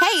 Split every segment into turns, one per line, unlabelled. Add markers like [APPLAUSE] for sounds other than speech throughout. Hey,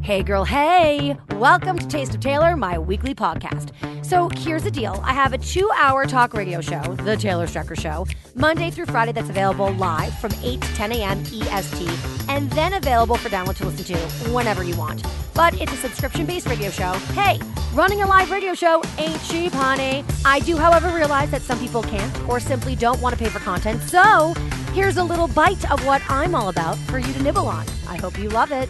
Hey, girl, hey! Welcome to Taste of Taylor, my weekly podcast. So here's the deal I have a two hour talk radio show, The Taylor Strecker Show, Monday through Friday, that's available live from 8 to 10 a.m. EST, E and then available for download to listen to whenever you want. But it's a subscription based radio show. Hey, running a live radio show ain't cheap, honey. I do, however, realize that some people can't or simply don't want to pay for content, so here's a little bite of what I'm all about for you to nibble on. I hope you love it.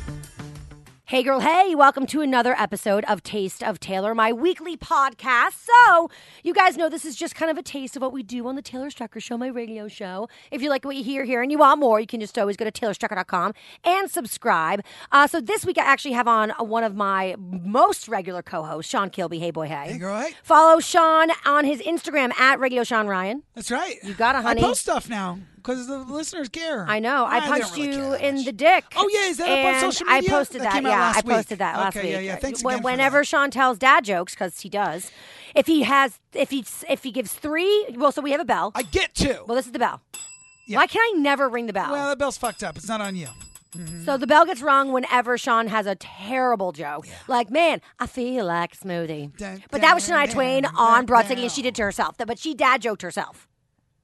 Hey, girl, hey, welcome to another episode of Taste of Taylor, my weekly podcast. So, you guys know this is just kind of a taste of what we do on the Taylor Strucker Show, my radio show. If you like what you hear here and you want more, you can just always go to taylorstrucker.com and subscribe. Uh, so, this week I actually have on one of my most regular co hosts, Sean Kilby. Hey, boy, hey.
Hey, girl, hey.
Follow Sean on his Instagram at Radio Sean Ryan.
That's right. You
got it, honey.
I post stuff now because the listeners care.
I
Nah,
know. I
they
punched
don't really
you
care that
in
much.
the dick.
Oh, yeah, is that up on
And
social media?
I posted
That
that.
came out
yeah,
last
I posted
week.
that last
Okay,
week.
yeah, yeah. Thanks
When-
again for
Whenever
that.
Sean tells dad jokes, because he does, if he has, if he if he gives three, well, so we have a bell.
I get to.
well,
Well,
this is the bell.
Yeah.
Why can I never ring the bell?
that bell's fucked up. It's not on you.
so the bell gets rung whenever Sean has a terrible joke. Like, man, I feel like a smoothie.
Dun,
but that was
dun,
Shania
dun,
Twain
dun,
on Broad City,
dun.
and she did to herself. But she dad joked herself.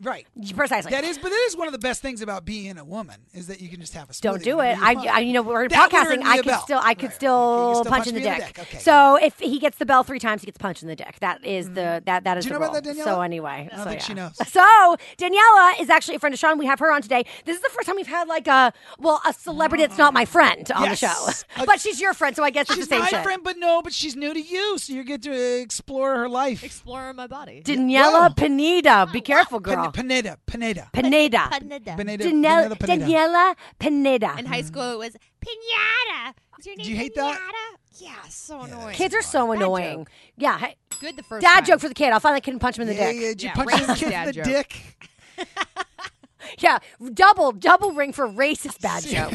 Right.
Precisely.
That is, but that is one of the best things about being a woman is that you can just have a.
Don't
smoothie
do it.
whenever
I,
you want.
I, you know, we're in
That would
podcasting.
ring
I
the
could
bell.
still, I could
Right.
still,
You still
punch in the
me
dick.
Okay.
So if he gets the bell three times, he gets punched in the dick. That is the that that is.
Mm. Do you
the
know about
rule.
that, Daniela?
So anyway,
I don't
so
think
yeah.
she knows.
[LAUGHS] So Daniela is actually a friend of Sean. We have her on today. This is the first time we've had like a well a celebrity that's not my friend on
Ah. Yes.
the show,
Uh,
but she's your friend, so I guess it's
she's
the same
my
shit.
friend, but no, but she's new to you, so you get to explore her life.
Explorer my body.
Daniela
Whoa.
Pineda. Be careful,
Pen-
girl.
Pineda, Pineda,
Pineda.
Pinata.
Pineda, Pineda,
Daniela
Pineda.
Daniela Pineda.
In high school, it was pinata. Is your name
you hate
pinata?
that?
Yeah, so annoying.
Kids are so
Dad
annoying.
joke.
Yeah. hey,
Good the first
Dad
time.
joke for the kid. I'll finally couldn't punch him in the
yeah,
dick.
yeah. Did you
Yeah,
punch
racist
this kid in
dad
the
joke.
dick?
Yeah, double double ring for racist bad joke.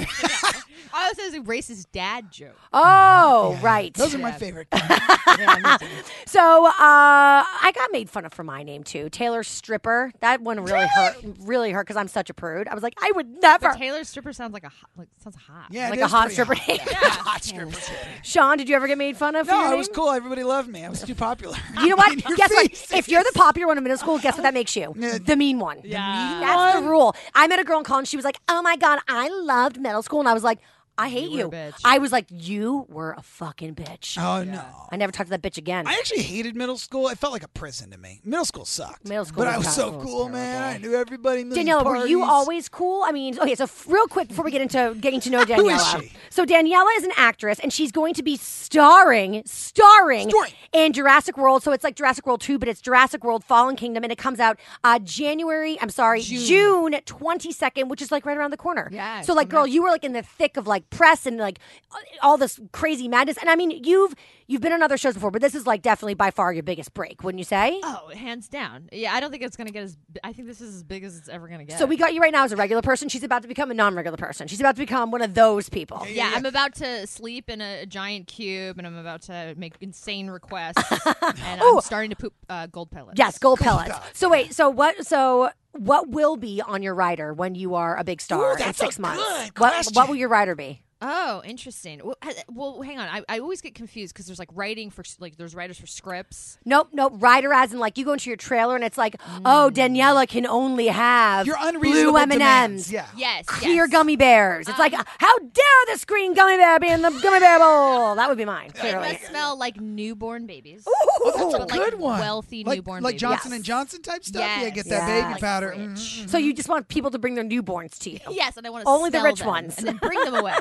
I was a racist dad joke.
Oh, right.
Those are my
Yeah.
favorite.
[LAUGHS] So uh, I got made fun of for my name too. Taylor Stripper. That one really hurt. Really hurt because I'm such a prude. I was like, I would never.
But Taylor Stripper sounds like a hot, like sounds hot.
Yeah, it
like a
is
hot
pretty
stripper.
hot.
[LAUGHS]
Hot stripper.
Sean, did you ever get made fun of? for
No,
your
I
name?
was cool. Everybody loved me. I was too popular.
[LAUGHS] You know what?
[LAUGHS] In your
Guess
face.
what? If you're the popular one in middle school, guess what that makes you?
[LAUGHS] Yeah.
The mean one.
Yeah. mean
That's the rule. I met a girl in college. She was like, "Oh my god, I loved middle school," and I was like, "I hate
You
you."
were a bitch.
I was like, "You were a fucking bitch."
Oh no.
I never talked to that bitch again.
I actually hated middle school. It felt like a prison to me. Middle school sucked.
Middle school
but I
was
was so
tough.
cool, man. I knew everybody. million
Daniela, were you
parties.
always cool? I mean, okay, so f- real quick before we get into getting to know
[LAUGHS]
Daniela.
Who is she?
So Daniela is an actress, and she's going to be starring, starring,
Starring.
in Jurassic World. So it's like Jurassic World Two, but it's Jurassic World Fallen Kingdom, and it comes out uh, January. I'm sorry, June twenty second, which is like right around the corner.
Yeah,
So like,
coming
girl, you were like in the thick of like press and like uh, all this crazy madness. And I mean, you've you've been on other shows before, but this is like definitely by far your biggest break, wouldn't you say?
Oh, hands down. Yeah, I don't think it's gonna get as. I think this is as big as it's ever gonna get.
So we got you right now as a regular person. She's about to become a non-regular person. She's about to become one of those people.
Yeah, I'm about to sleep in a giant cube, and I'm about to make insane requests,
[LAUGHS]
and I'm starting to poop uh, gold pellets.
Yes, gold pellets. So wait, so what? So what will be on your rider when you are a big star
Ooh,
in
that's
six
a
months?
good
what What
question.
will your rider be?
Oh, interesting. Well, ha- well hang on. I, I always get confused because there's like writing for s- like there's writers for scripts.
Nope, nope. Rider as in like you go into your trailer and it's like, oh, Daniela can only have
Your Mm. unreasonable
blue M and
demands, Uh-huh.
M's,
yeah. [GASPS]
Yes.
clear
yes.
gummy bears. It's like, how dare the green gummy bear be in the gummy bear bowl? That would
[LAUGHS]
be mine.
It
Clearly.
must smell like newborn babies.
Oh, that's a
But, like,
good one.
wealthy
like,
newborn
like
baby.
Johnson
Yes.
and Johnson type stuff. Yeah,
Yes.
get that
Yeah.
baby
Like
powder.
rich.
Mm, mm, mm.
So you just want people to bring their newborns to you.
Yes, and I want to
Only the rich
them
ones.
and then bring
[LAUGHS]
them away.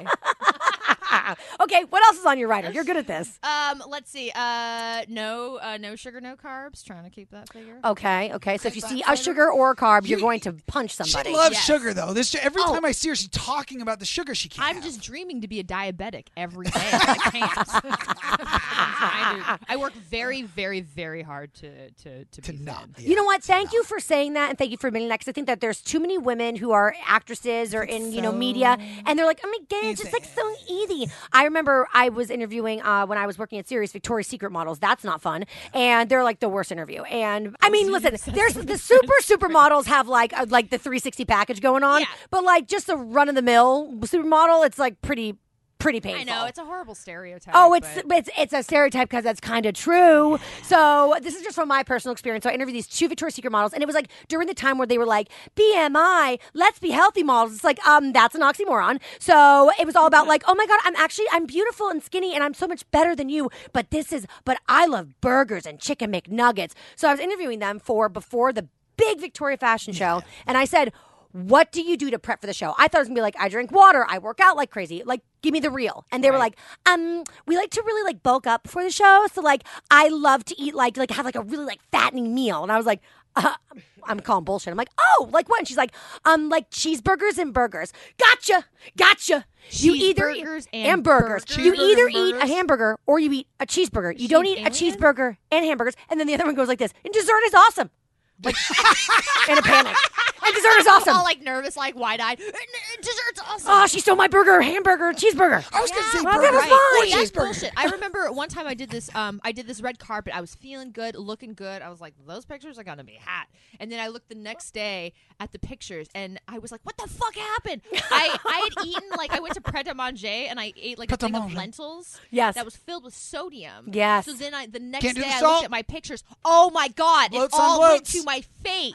Okay, what else is on your rider? You're good at this.
um, let's see. Uh, no, uh, no sugar, no carbs. Trying to keep that figure.
Okay, okay. So if you see a sugar or a carb, you're going to punch somebody.
She loves
Yes.
sugar though. This every
Oh.
time I see her, she's talking about the sugar she can't.
I'm
have.
just dreaming to be a diabetic every day. I can't. [LAUGHS] I, do. I work very, very, very hard to to to,
to
be
not.
thin.
be
You know what? Thank you for saying that, and thank you for admitting that. Because I think that there's too many women who are actresses or in you know media, and they're like, "Oh my god, it's just like so easy." I remember I was interviewing uh, when I was working at Sirius Victoria's Secret models. That's not fun, and they're like the worst interview. And I mean, listen, there's the super super models have like uh, like the 360 package going on,
Yeah.
but like just a run of the mill supermodel, it's like pretty pretty painful.
I know it's a horrible stereotype.
Oh, it's
but-
it's it's a stereotype because that's kind of true. So this is just from my personal experience. So I interviewed these two Victoria's Secret models, and it was like during the time where they were like BMI, let's be healthy models. It's like um, that's an oxymoron. So it was all about like, oh my god, I'm actually I'm beautiful and skinny, and I'm so much better than you. But this is, but I love burgers and chicken McNuggets. So I was interviewing them for before the big Victoria fashion show, and I said. What do you do to prep for the show? I thought it was gonna be like I drink water, I work out like crazy, like give me the real. And they were like, um, we like to really like bulk up for the show, so like I love to eat like like have like a really like fattening meal. And I was like, uh, I'm calling bullshit. I'm like, oh, like what? And she's like, um, like cheeseburgers and burgers. Gotcha, gotcha. You either eat-
Cheeseburgers and
and burgers.
burgers?
You
Cheeseburger
either
and
eat a
burgers?
hamburger or you eat a cheeseburger. You don't eat
She's
a
alien?
cheeseburger and hamburgers. And then the other one goes like this. And dessert is awesome. Like in a
[LAUGHS]
panic. And dessert is awesome.
all like nervous, like wide eyed. Dessert's awesome.
Oh, she stole my burger, hamburger, cheeseburger.
I was gonna say
well,
burger.
that was
Right.
mine.
Or
That's
cheeseburger.
bullshit. I remember one time I did this. Um, I did this red carpet. I was feeling good, looking good. I was like, those pictures are gonna be hot. And then I looked the next day at the pictures, and I was like, what the fuck happened? I I had eaten like I went to Pret a Manger, and I ate like a thing of
Pret-a-manger.
lentils.
Yes.
that was filled with sodium.
Yes.
So then I the next
Can't do
day
the
I
salt.
looked at my pictures. Oh my god!
Bloats
it
on
all went
bloats.
to my face.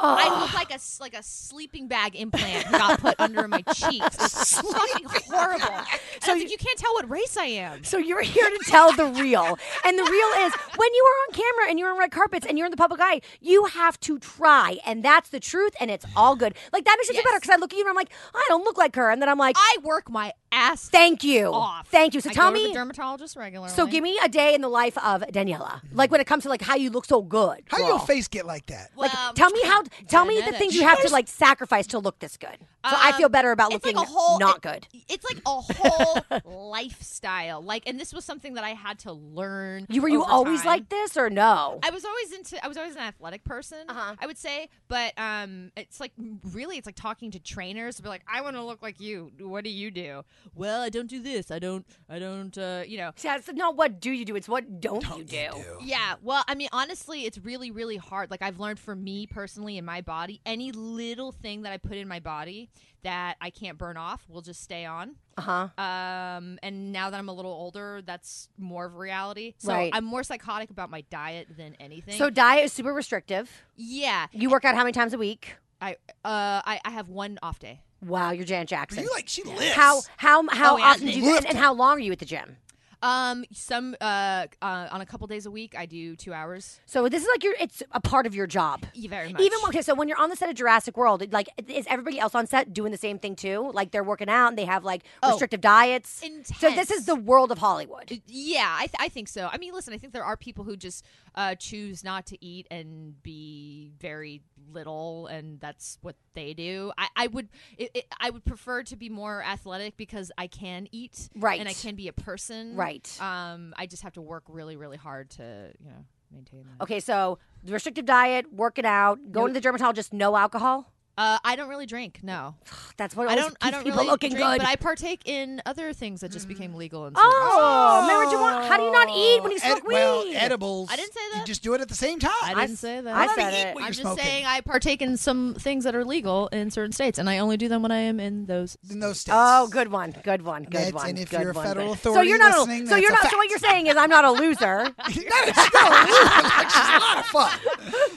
I look like a s- like a sleeping bag implant got put under my cheeks. [LAUGHS] It's fucking horrible. So you, you can't tell what race I am.
So you're here to tell the real. And the real is when you are on camera and you're on red carpets and you're in the public eye, you have to try. And that's the truth and it's all good. Like that makes me feel
Yes.
better because I look at you and I'm like, I don't look like her. And then I'm like,
I work my ass
thank you.
off.
Thank you. So
I
tell
go to
me
the dermatologist regularly.
So give me a day in the life of Daniela. Like when it comes to like how you look so good.
How
girl.
your face get like that?
Well,
Tell me how. Tell me the
genetics. Um,
things you have to like sacrifice to look this good. So I feel better about
it's like
looking
a whole
not
it-
good.
It's like a [LAUGHS] whole lifestyle. Like, and this was something that I had to learn.
You were you
over
always
time.
like this or no?
I was always into. I was always an athletic person.
Uh-huh.
I would say, but um, it's like really, it's like talking to trainers. To be like, I want to look like you. What do you do? Well, I don't do this. I don't. I don't. Uh, you know.
See, it's not what do you do. It's what don't, you do.
Yeah. Well, I mean, honestly, it's really, really hard. Like I've learned for me personally in my body, any little thing that I put in my body that I can't burn off will just stay on.
Uh huh.
Um, and now that I'm a little older, that's more of a reality. So
Right.
I'm more psychotic about my diet than anything.
So diet is super restrictive.
yeah,
You work out how many times a week?
I uh I, I have one off day.
Wow, you're Janet Jackson.
You like she lives.
how how how
Oh, yeah,
often do you
lift.
and, and how long are you at the gym?
Um some uh, uh on a couple days a week I do 2 hours.
So this is like your it's a part of your job.
Yeah, Very much.
Even okay, so when you're on the set of Jurassic World, like is everybody else on set doing the same thing too? Like they're working out and they have like
Oh.
restrictive diets. So this
Intense.
is the world of Hollywood.
yeah, I, th- I think so. I mean, listen, I think there are people who just uh, choose not to eat and be very little, and that's what they do. I, I would it, it, I would prefer to be more athletic because I can eat,
Right.
and I can be a person,
Right.
Um, I just have to work really, really hard to you know maintain that.
Okay, so the restrictive diet, working out, going to the dermatologist, no alcohol.
Uh, I don't really drink. No,
That's what
I
always
don't.
keeps
I don't
people
really
looking
drink,
good.
but I partake in other
Mm.
things that just became legal. In
oh, marijuana. How do you not eat when you
Ed-
smoke weed?
well, edibles.
I didn't say that.
You just do it at the same time.
I didn't say that.
I
Let me
said
eat
it.
what
I'm
you're
just
smoking.
saying I partake in some things that are legal in certain states, and I only do them when I am
[LAUGHS]
in those.
in those states.
Oh, good one, good one, good
That's-
one.
and if
good
you're a
one,
federal
good- so
authority
you're not.
listening,
so you're
that's
not.
a
So what you're
fact.
saying is, I'm not a loser.
[LAUGHS] no, it's no, like, she's a lot of fun.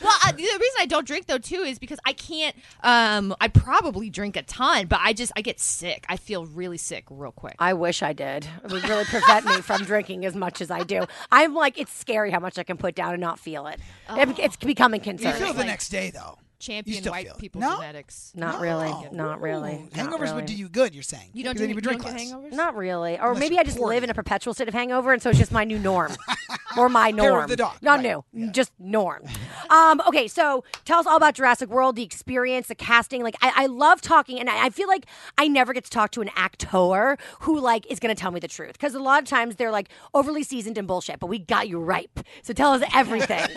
Well, I, the reason I don't drink though too is because I can't. Um, I probably drink a ton, but I just I get sick. I feel really sick real quick.
I wish I did. It would really prevent me from drinking as much as I do. I'm like, it's scary how much I can put down and not feel it. It-
Oh.
It's becoming [LAUGHS]
You
concerning.
feel the
Like-
next day though. You
Champion
still
white
feel it.
people
No? Oh.
genetics.
Not really. Not really.
Hangovers
Not
would
really.
do you good. You're saying
You don't
Because then you
do, you
would drink
don't
less.
get hangovers.
Not really. Or
Unless
maybe
you're
I just
poor.
live in a perpetual state of hangover, and so it's just my new
[LAUGHS]
norm, or my norm.
Hair of the dog,
Not
right.
new, just norm. um, okay, so tell us all about Jurassic World, the experience, the casting. Like, I, I love talking, and I, I feel like I never get to talk to an actor who like is going to tell me the truth because a lot of times they're like overly seasoned and bullshit. But we got you ripe, so tell us
[LAUGHS]
everything.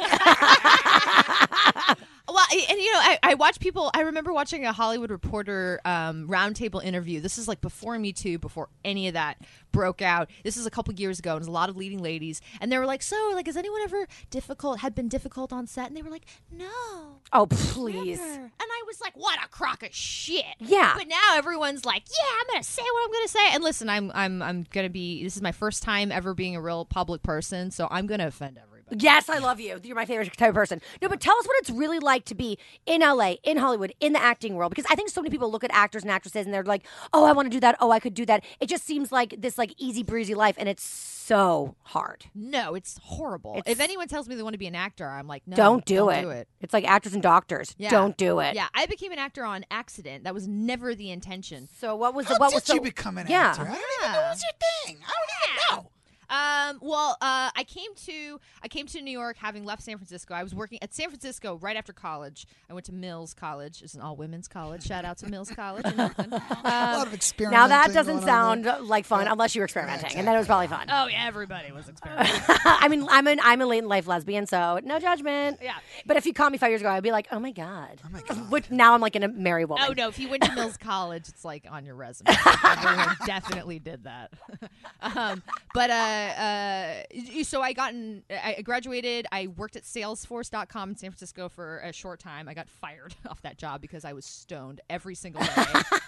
Well, I- and you know, I, I watch people. I remember watching a Hollywood Reporter um, roundtable interview. This is like before Me Too, before any of that broke out. This is a couple years ago, and there's a lot of leading ladies, and they were like, "So, like, is anyone ever difficult? Had been difficult on set?" And they were like, "No."
oh please.
never." And I was like, "What a crock of shit!"
Yeah.
But now everyone's like, "Yeah, I'm gonna say what I'm gonna say." And listen, I'm I'm I'm gonna be. This is my first time ever being a real public person, so I'm gonna offend everybody.
Yes, I love you. You're my favorite type of person. No, but tell us what it's really like to be in LA, in Hollywood, in the acting world. Because I think so many people look at actors and actresses and they're like, oh, I want to do that. Oh, I could do that. It just seems like this like easy breezy life, and it's so hard.
No, it's horrible.
It's-
if anyone tells me they want to be an actor, I'm like, no,
don't do it.
do it.
It's like actors and doctors.
Yeah.
Don't do it.
Yeah, I became an actor on accident. That was never the intention.
So what was
How
the, what
did
was so,
you become an
yeah.
actor? I don't even know what's your thing. I don't even know.
Um, well, uh, I came to I came to New York having left San Francisco. I was working at San Francisco right after college. I went to Mills College. It's an all women's college. Shout out to Mills College.
[LAUGHS]
in Oakland.
a
Um,
lot of experimenting.
Now that
going
doesn't
on
sound
there.
like fun unless you were experimenting, and then it was probably fun.
oh yeah, everybody was experimenting.
[LAUGHS] I mean, I'm an I'm a late in life lesbian, so no judgment.
Yeah.
But if you called me five years ago, I'd be like, oh my god. Oh
my God.
Which now I'm like in a married woman.
Oh no! If you went to Mills College, it's like on your resume. Everyone definitely did that. [LAUGHS] um, but uh, uh, y- so I gotten, I I graduated. I worked at Salesforce.com in San Francisco for a short time. I got fired [LAUGHS] off that job because I was stoned every single day.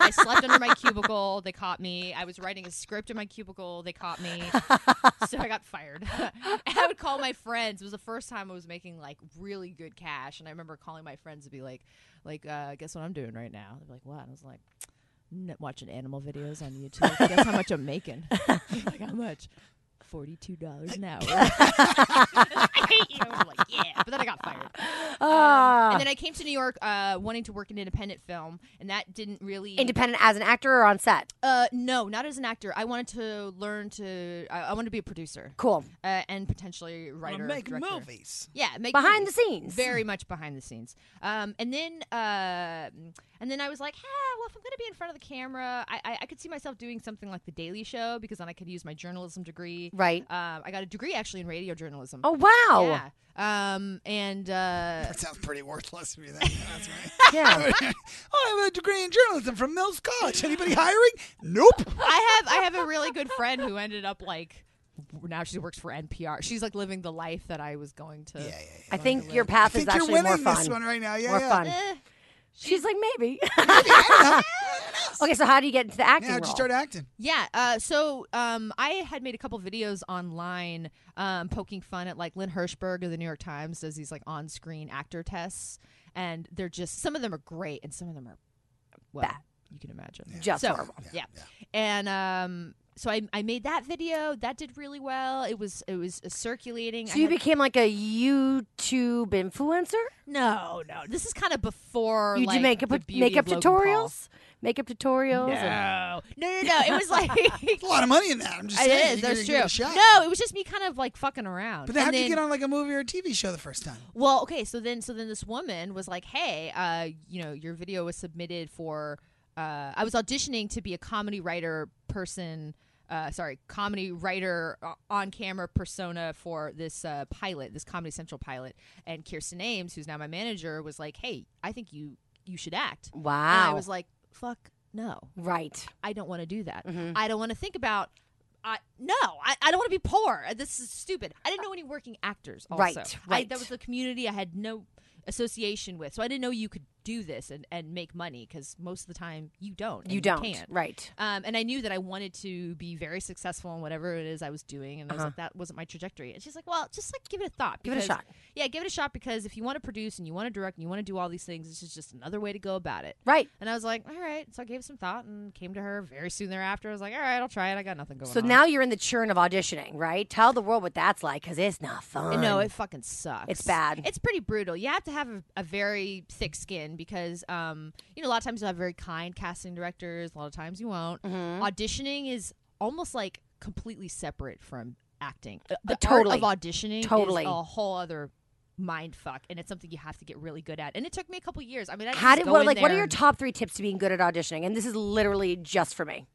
I slept under my cubicle. They caught me. I was writing a script in my cubicle. They caught me. [LAUGHS] so I got fired. And I would call my friends. It was the first time I was making like really good cash, and I remember calling my friends to be like, like, uh, guess what I'm doing right now? They're like, what? And I was like. "N- Watching animal videos on YouTube. Guess how much I'm making? [LAUGHS] like how much? Forty-two dollars an hour. [LAUGHS] I hate you. I'm like, yeah. But then I got fired. Um, and then I came to New York uh, wanting to work in independent film, and that didn't really
Independent as an actor or on set.
uh, no, not as an actor. I wanted to learn to. I, I wanted to be a producer.
Cool.
Uh, and potentially
Wanna
writer.
make
director.
movies.
Yeah, make
Behind
movies.
the scenes.
Very much behind the scenes. Um, and then, uh, and then I was like, hey, well, if I'm going to be in front of the camera, I, I, I could see myself doing something like The Daily Show because then I could use my journalism degree.
Right.
Um, I got a degree actually in radio journalism.
Oh wow.
Yeah. Um, and uh,
That sounds pretty worthless if you think. That's right.
[LAUGHS] Yeah.
oh, [LAUGHS] I have a degree in journalism from Mills College. Anybody hiring?
[LAUGHS]
Nope.
I have I have a really good friend who ended up like now she works for NPR. She's like living the life that I was going to.
yeah, yeah.
I think your path
I think
is
you're
actually
winning
more fun.
this one right now. Yeah,
more
yeah.
fun.
Eh,
She's like
[LAUGHS]
maybe. [LAUGHS]
I
okay, so how do you get into the acting
don't know. Now
role?
just start acting.
Yeah. Uh, so um, I had made a couple videos online um, poking fun at like Lynn Hirschberg of the New York Times does these like on screen actor tests. And they're just, some of them are great and some of them are, well,
Bad.
you can imagine.
Just
so,
horrible.
Yeah. And, um, so I, I made that video that did really well. It was it was circulating.
So
I
you
had-
became like a YouTube influencer?
no no this is kind of before
you
like,
do makeup
the beauty
makeup
of Logan Paul.
tutorials? Makeup tutorials? and-
No no no no. It was like
It's a lot of money in that. I'm just
It
saying.
is.
You
That's
gotta give it a
true.
shot.
No, it was just me kind of like fucking around.
But then
And
how'd you
then-
get on like a movie or a TV show the first time?
Well, okay. So then, so then this woman was like, "Hey, uh, you know, your video was submitted for. Uh, I was auditioning to be a comedy writer person." Uh, sorry, comedy writer uh, on camera persona for this uh, pilot, this Comedy Central pilot, and Kirsten Ames, who's now my manager, was like, "Hey, I think you you should act." And I
Wow.
was like, "Fuck no."
right. Mm-hmm.
I don't want to do that. I don't want to think about I, no, I, I don't want to be poor. This is stupid. I didn't know any working actors. Also.
Right,
I-
right.
that was the community I had no association with, so I didn't know you could do this and, and make money because most of the time you don't. and
You don't.
can't.
Right.
Um, and I knew that I wanted to be very successful in whatever it is I was doing, and I was like, that wasn't my trajectory. And she's like, well, just like give it a thought,
Uh-huh. Give it a
because-
shot.
Yeah, give it a shot because if you want to produce and you want to direct and you want to do all these things, this is just another way to go about it.
Right.
And I was like, all right. So I gave it some thought and came to her very soon thereafter. I was like, all right, I'll try it. I got nothing going
So
Uh-huh.
on.
now you're in the churn of auditioning, right? Tell the world what that's like because it's not fun.
No, it fucking sucks.
It's bad.
It's pretty brutal. You have to have a, a very thick skin because, um, you know, a lot of times you'll have very kind casting directors. A lot of times you won't.
Mm-hmm.
Auditioning is almost like completely separate from acting. Uh, The
totally.
art of auditioning
Totally.
is a whole other mind fuck, and it's something you have to get really good at. And it took me a couple years. I mean, I
How
just
did
go
what
in
like what are
there
your
and-
top three tips to being good at auditioning? And this is literally just for me.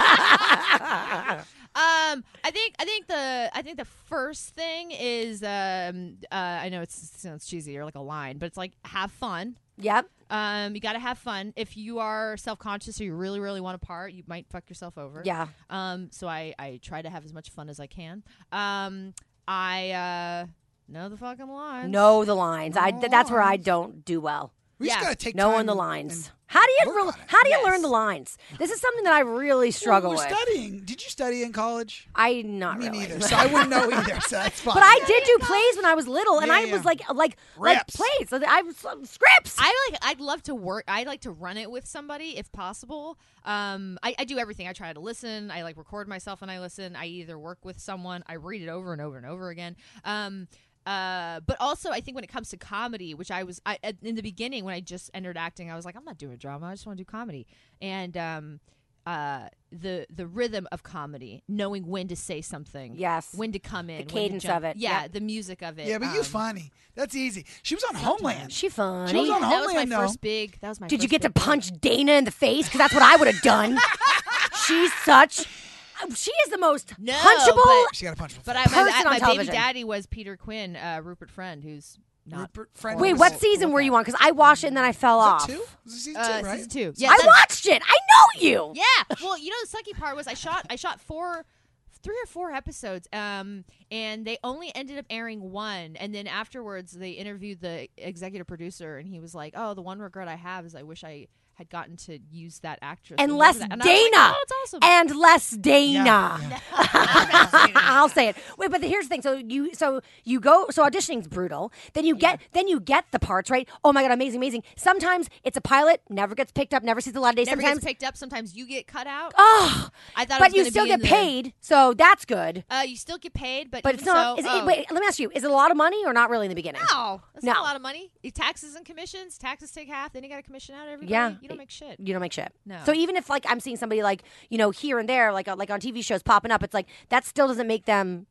Yeah. um, I think I think the I think the first thing is um uh, I know it's, it sounds cheesy or like a line, but it's like have fun.
Yep.
Um, you got to have fun. If you are self conscious or you really really want a part, you might fuck yourself over.
Yeah.
Um, so I I try to have as much fun as I can. Um, I uh know the fucking lines.
Know the lines. I th- that's where I don't do well.
We
Yeah.
just gotta take
Knowing
time
the
and-
lines.
and-
How do you
work
re-
on it.
how do you
Yes.
learn the lines? This is something that I really struggle
well, we're
with.
studying. Did you study in college?
I not
Me
really. [LAUGHS]
neither. So I wouldn't know either. So that's fine.
But I did do plays when I was little, and
Yeah,
I
yeah.
was like, like,
Reps.
like plays. I was uh, scripts.
I like. I'd love to work. I like to run it with somebody if possible. Um, I, I do everything. I try to listen. I like record myself and I listen. I either work with someone. I read it over and over and over again. Um, uh, but also I think when it comes to comedy, which I was I, at- in the beginning when I just entered acting, I was like, I'm not doing drama. I just want to do comedy. And um, uh, the the rhythm of comedy, knowing when to say something,
Yes.
when to come in, when to
cadence
jump-
of it.
yeah,
Yep.
the music of it.
Yeah, but you
um,
funny. That's easy. She was on Homeland.
she funny.
She was on
That was my
Homeland, though.
first big. That was my.
Did you
first
get to
big part.
punch Dana in the face? Because that's what I would have
[LAUGHS]
done. She's such. oh, She is the most
No,
punchable.
she got a punch.
But I, my,
person on
my baby
television.
daddy was Peter Quinn, uh, Rupert Friend, who's not.
Rupert Friend
Wait,
was-
what season were you on? Because I watched it and then I fell
was
off.
it two? Was it season
Uh,
two? Right.
Season two. Yeah,
I
that's-
watched it. I know you.
Yeah. Well, you know the sucky part was I shot I shot four three or four episodes um and they only ended up airing one and then afterwards they interviewed the executive producer and he was like oh the one regret i have is i wish i had gotten to use that actress
And
in
less
that."
Dana.
And I was like, "Oh, it's awesome."
And less Dana. [LAUGHS]
[LAUGHS]
Yeah,
I'll say it. Wait, but here's the thing. So you so you go so auditioning's brutal. Then you get then you get the parts, right? Oh my god, amazing, amazing. Sometimes it's a pilot, never gets picked up, never sees the light of day.
never
Sometimes
gets picked up sometimes you get cut out
oh,
i thought it
but
was
you
gonna
still
be
get
in the-
paid, so that's good.
uh you still get paid but
But
even
it's not.
so,
is it,
oh.
Wait, let me ask you: Is it a lot of money or not really in the beginning?
No, that's not
No.
a lot of money. Your taxes and commissions. Taxes take half. Then you got to commission out everybody.
Yeah.
you don't make shit.
You don't make shit.
No.
So even if like I'm seeing somebody like you know here and there, like like on TV shows popping up, it's like that still doesn't make them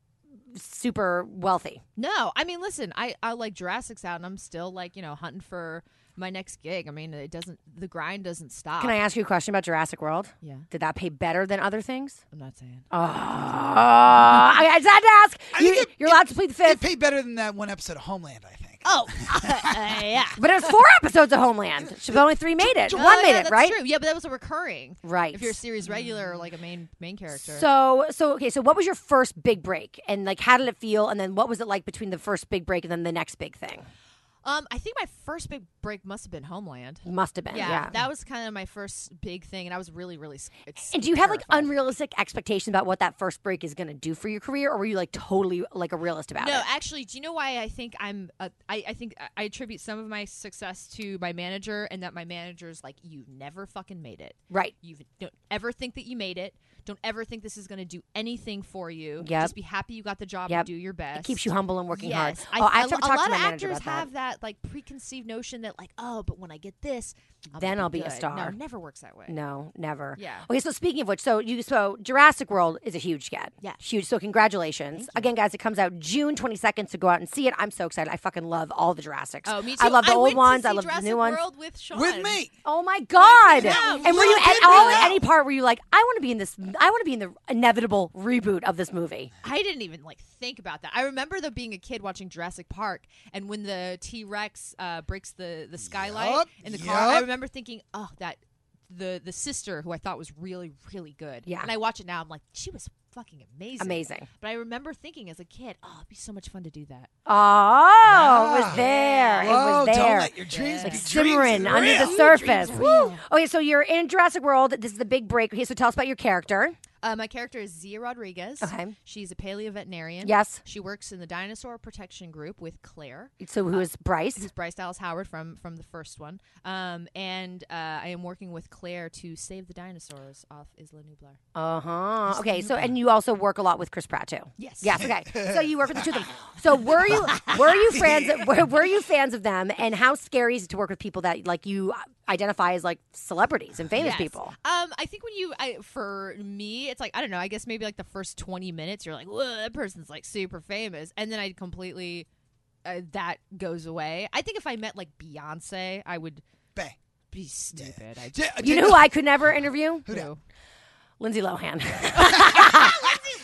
super wealthy.
No, I mean, listen, I I like Jurassic's out, and I'm still like you know hunting for my next gig. I mean, it doesn't. The grind doesn't stop.
Can I ask you a question about Jurassic World?
Oh. Yeah.
Did that pay better than other
[LAUGHS]
things?
I'm not saying.
Oh, I, I just had to ask. You,
think it-
you're allowed to plead the
It
fifth,
paid better than that one episode of Homeland, I think.
Oh, uh, [LAUGHS] yeah.
but
[LAUGHS]
it was four episodes of Homeland. Should only three made it. [LAUGHS] One
Oh, yeah,
made it,
that's
right?
True. Yeah, but that was a recurring.
Right.
If you're a series regular or like a main main character.
So, so okay. So, what was your first big break, and like, how did it feel? And then, what was it like between the first big break and then the next big thing?
um, I think my first big break must have been Homeland.
Must have been, yeah.
that was kind of my first big thing, and I was really, really. sc- it's
and do you have like
terrified.
unrealistic expectations about what that first break is going to do for your career, or were you like totally like a realist about
no,
it?
actually, do you know why I think I'm? Uh, I I think I- I attribute some of my success to my manager, and that my manager's like, "You've never fucking made it.
Right.
You don't ever think that you made it. Don't ever think this is going to do anything for you.
Yep.
Just be happy you got the job
Yep.
and do your best.
It keeps you humble and working hard.
Yes, I,
oh,
a
I have to
lo-
talk
a lot
to my
of
manager
actors
about that.
have that. like preconceived notion that like, oh, but when I get this, I'll
Then I'll be a
good." No,
star.
it never works that way.
No, never.
Yeah.
Okay, so speaking of which, so you so Jurassic World is a huge get.
Yeah.
Huge. So congratulations. Again, guys, it comes out June twenty second, so go out and see it. I'm so excited. I fucking love all the Jurassics.
Oh, me too.
I love the
went
old
to
ones,
see
I love
Jurassic
the new ones.
World with Sean.
With me.
Oh my god.
Yeah,
and were you
look
at
at
all
me
at
now.
any part were you like, I want to be in this I want to be in the inevitable reboot of this movie.
I didn't even like think about that. I remember though being a kid watching Jurassic Park, and when the T Rex uh, breaks the the skylight
Yup,
in the car, I
yup.
remember thinking, "Oh, that the the sister who I thought was really really good.
Yeah.
and I watch it now. I'm like, she was fucking amazing.
Amazing.
But I remember thinking as a kid, oh, it'd be so much fun to do that.
Oh, it was there. It
Whoa,
was there.
don't let your dreams
like
be
simmering
dreams.
under
Real.
the surface. Woo. Okay, so you're in Jurassic World. This is the big break. Okay, so tell us about your character.
Uh, my character is Zia Rodriguez.
Okay.
she's a paleo veterinarian.
Yes.
she works in the dinosaur protection group with Claire.
So who is Bryce?
Who's Bryce Dallas Howard from from the first one? Um, and uh, I am working with Claire to save the dinosaurs off Isla Nublar.
Uh huh. Okay, so and you also work a lot with Chris Pratt too.
Yes.
Yes. Okay. So you work with the two of them. So were you were you fans were, were you fans of them? And how scary is it to work with people that like you identify as like celebrities and famous
Yes.
people?
Um, I think when you, I, for me, it's like I don't know. I guess maybe like the first twenty minutes, you're like, "Whoa, that person's like super famous," and then I completely uh, that goes away. I think if I met like Beyonce, I would
Bang. uh,
be stupid. I
J-
You
J-
know who I could never interview?
do.
Lindsay Lohan. [LAUGHS]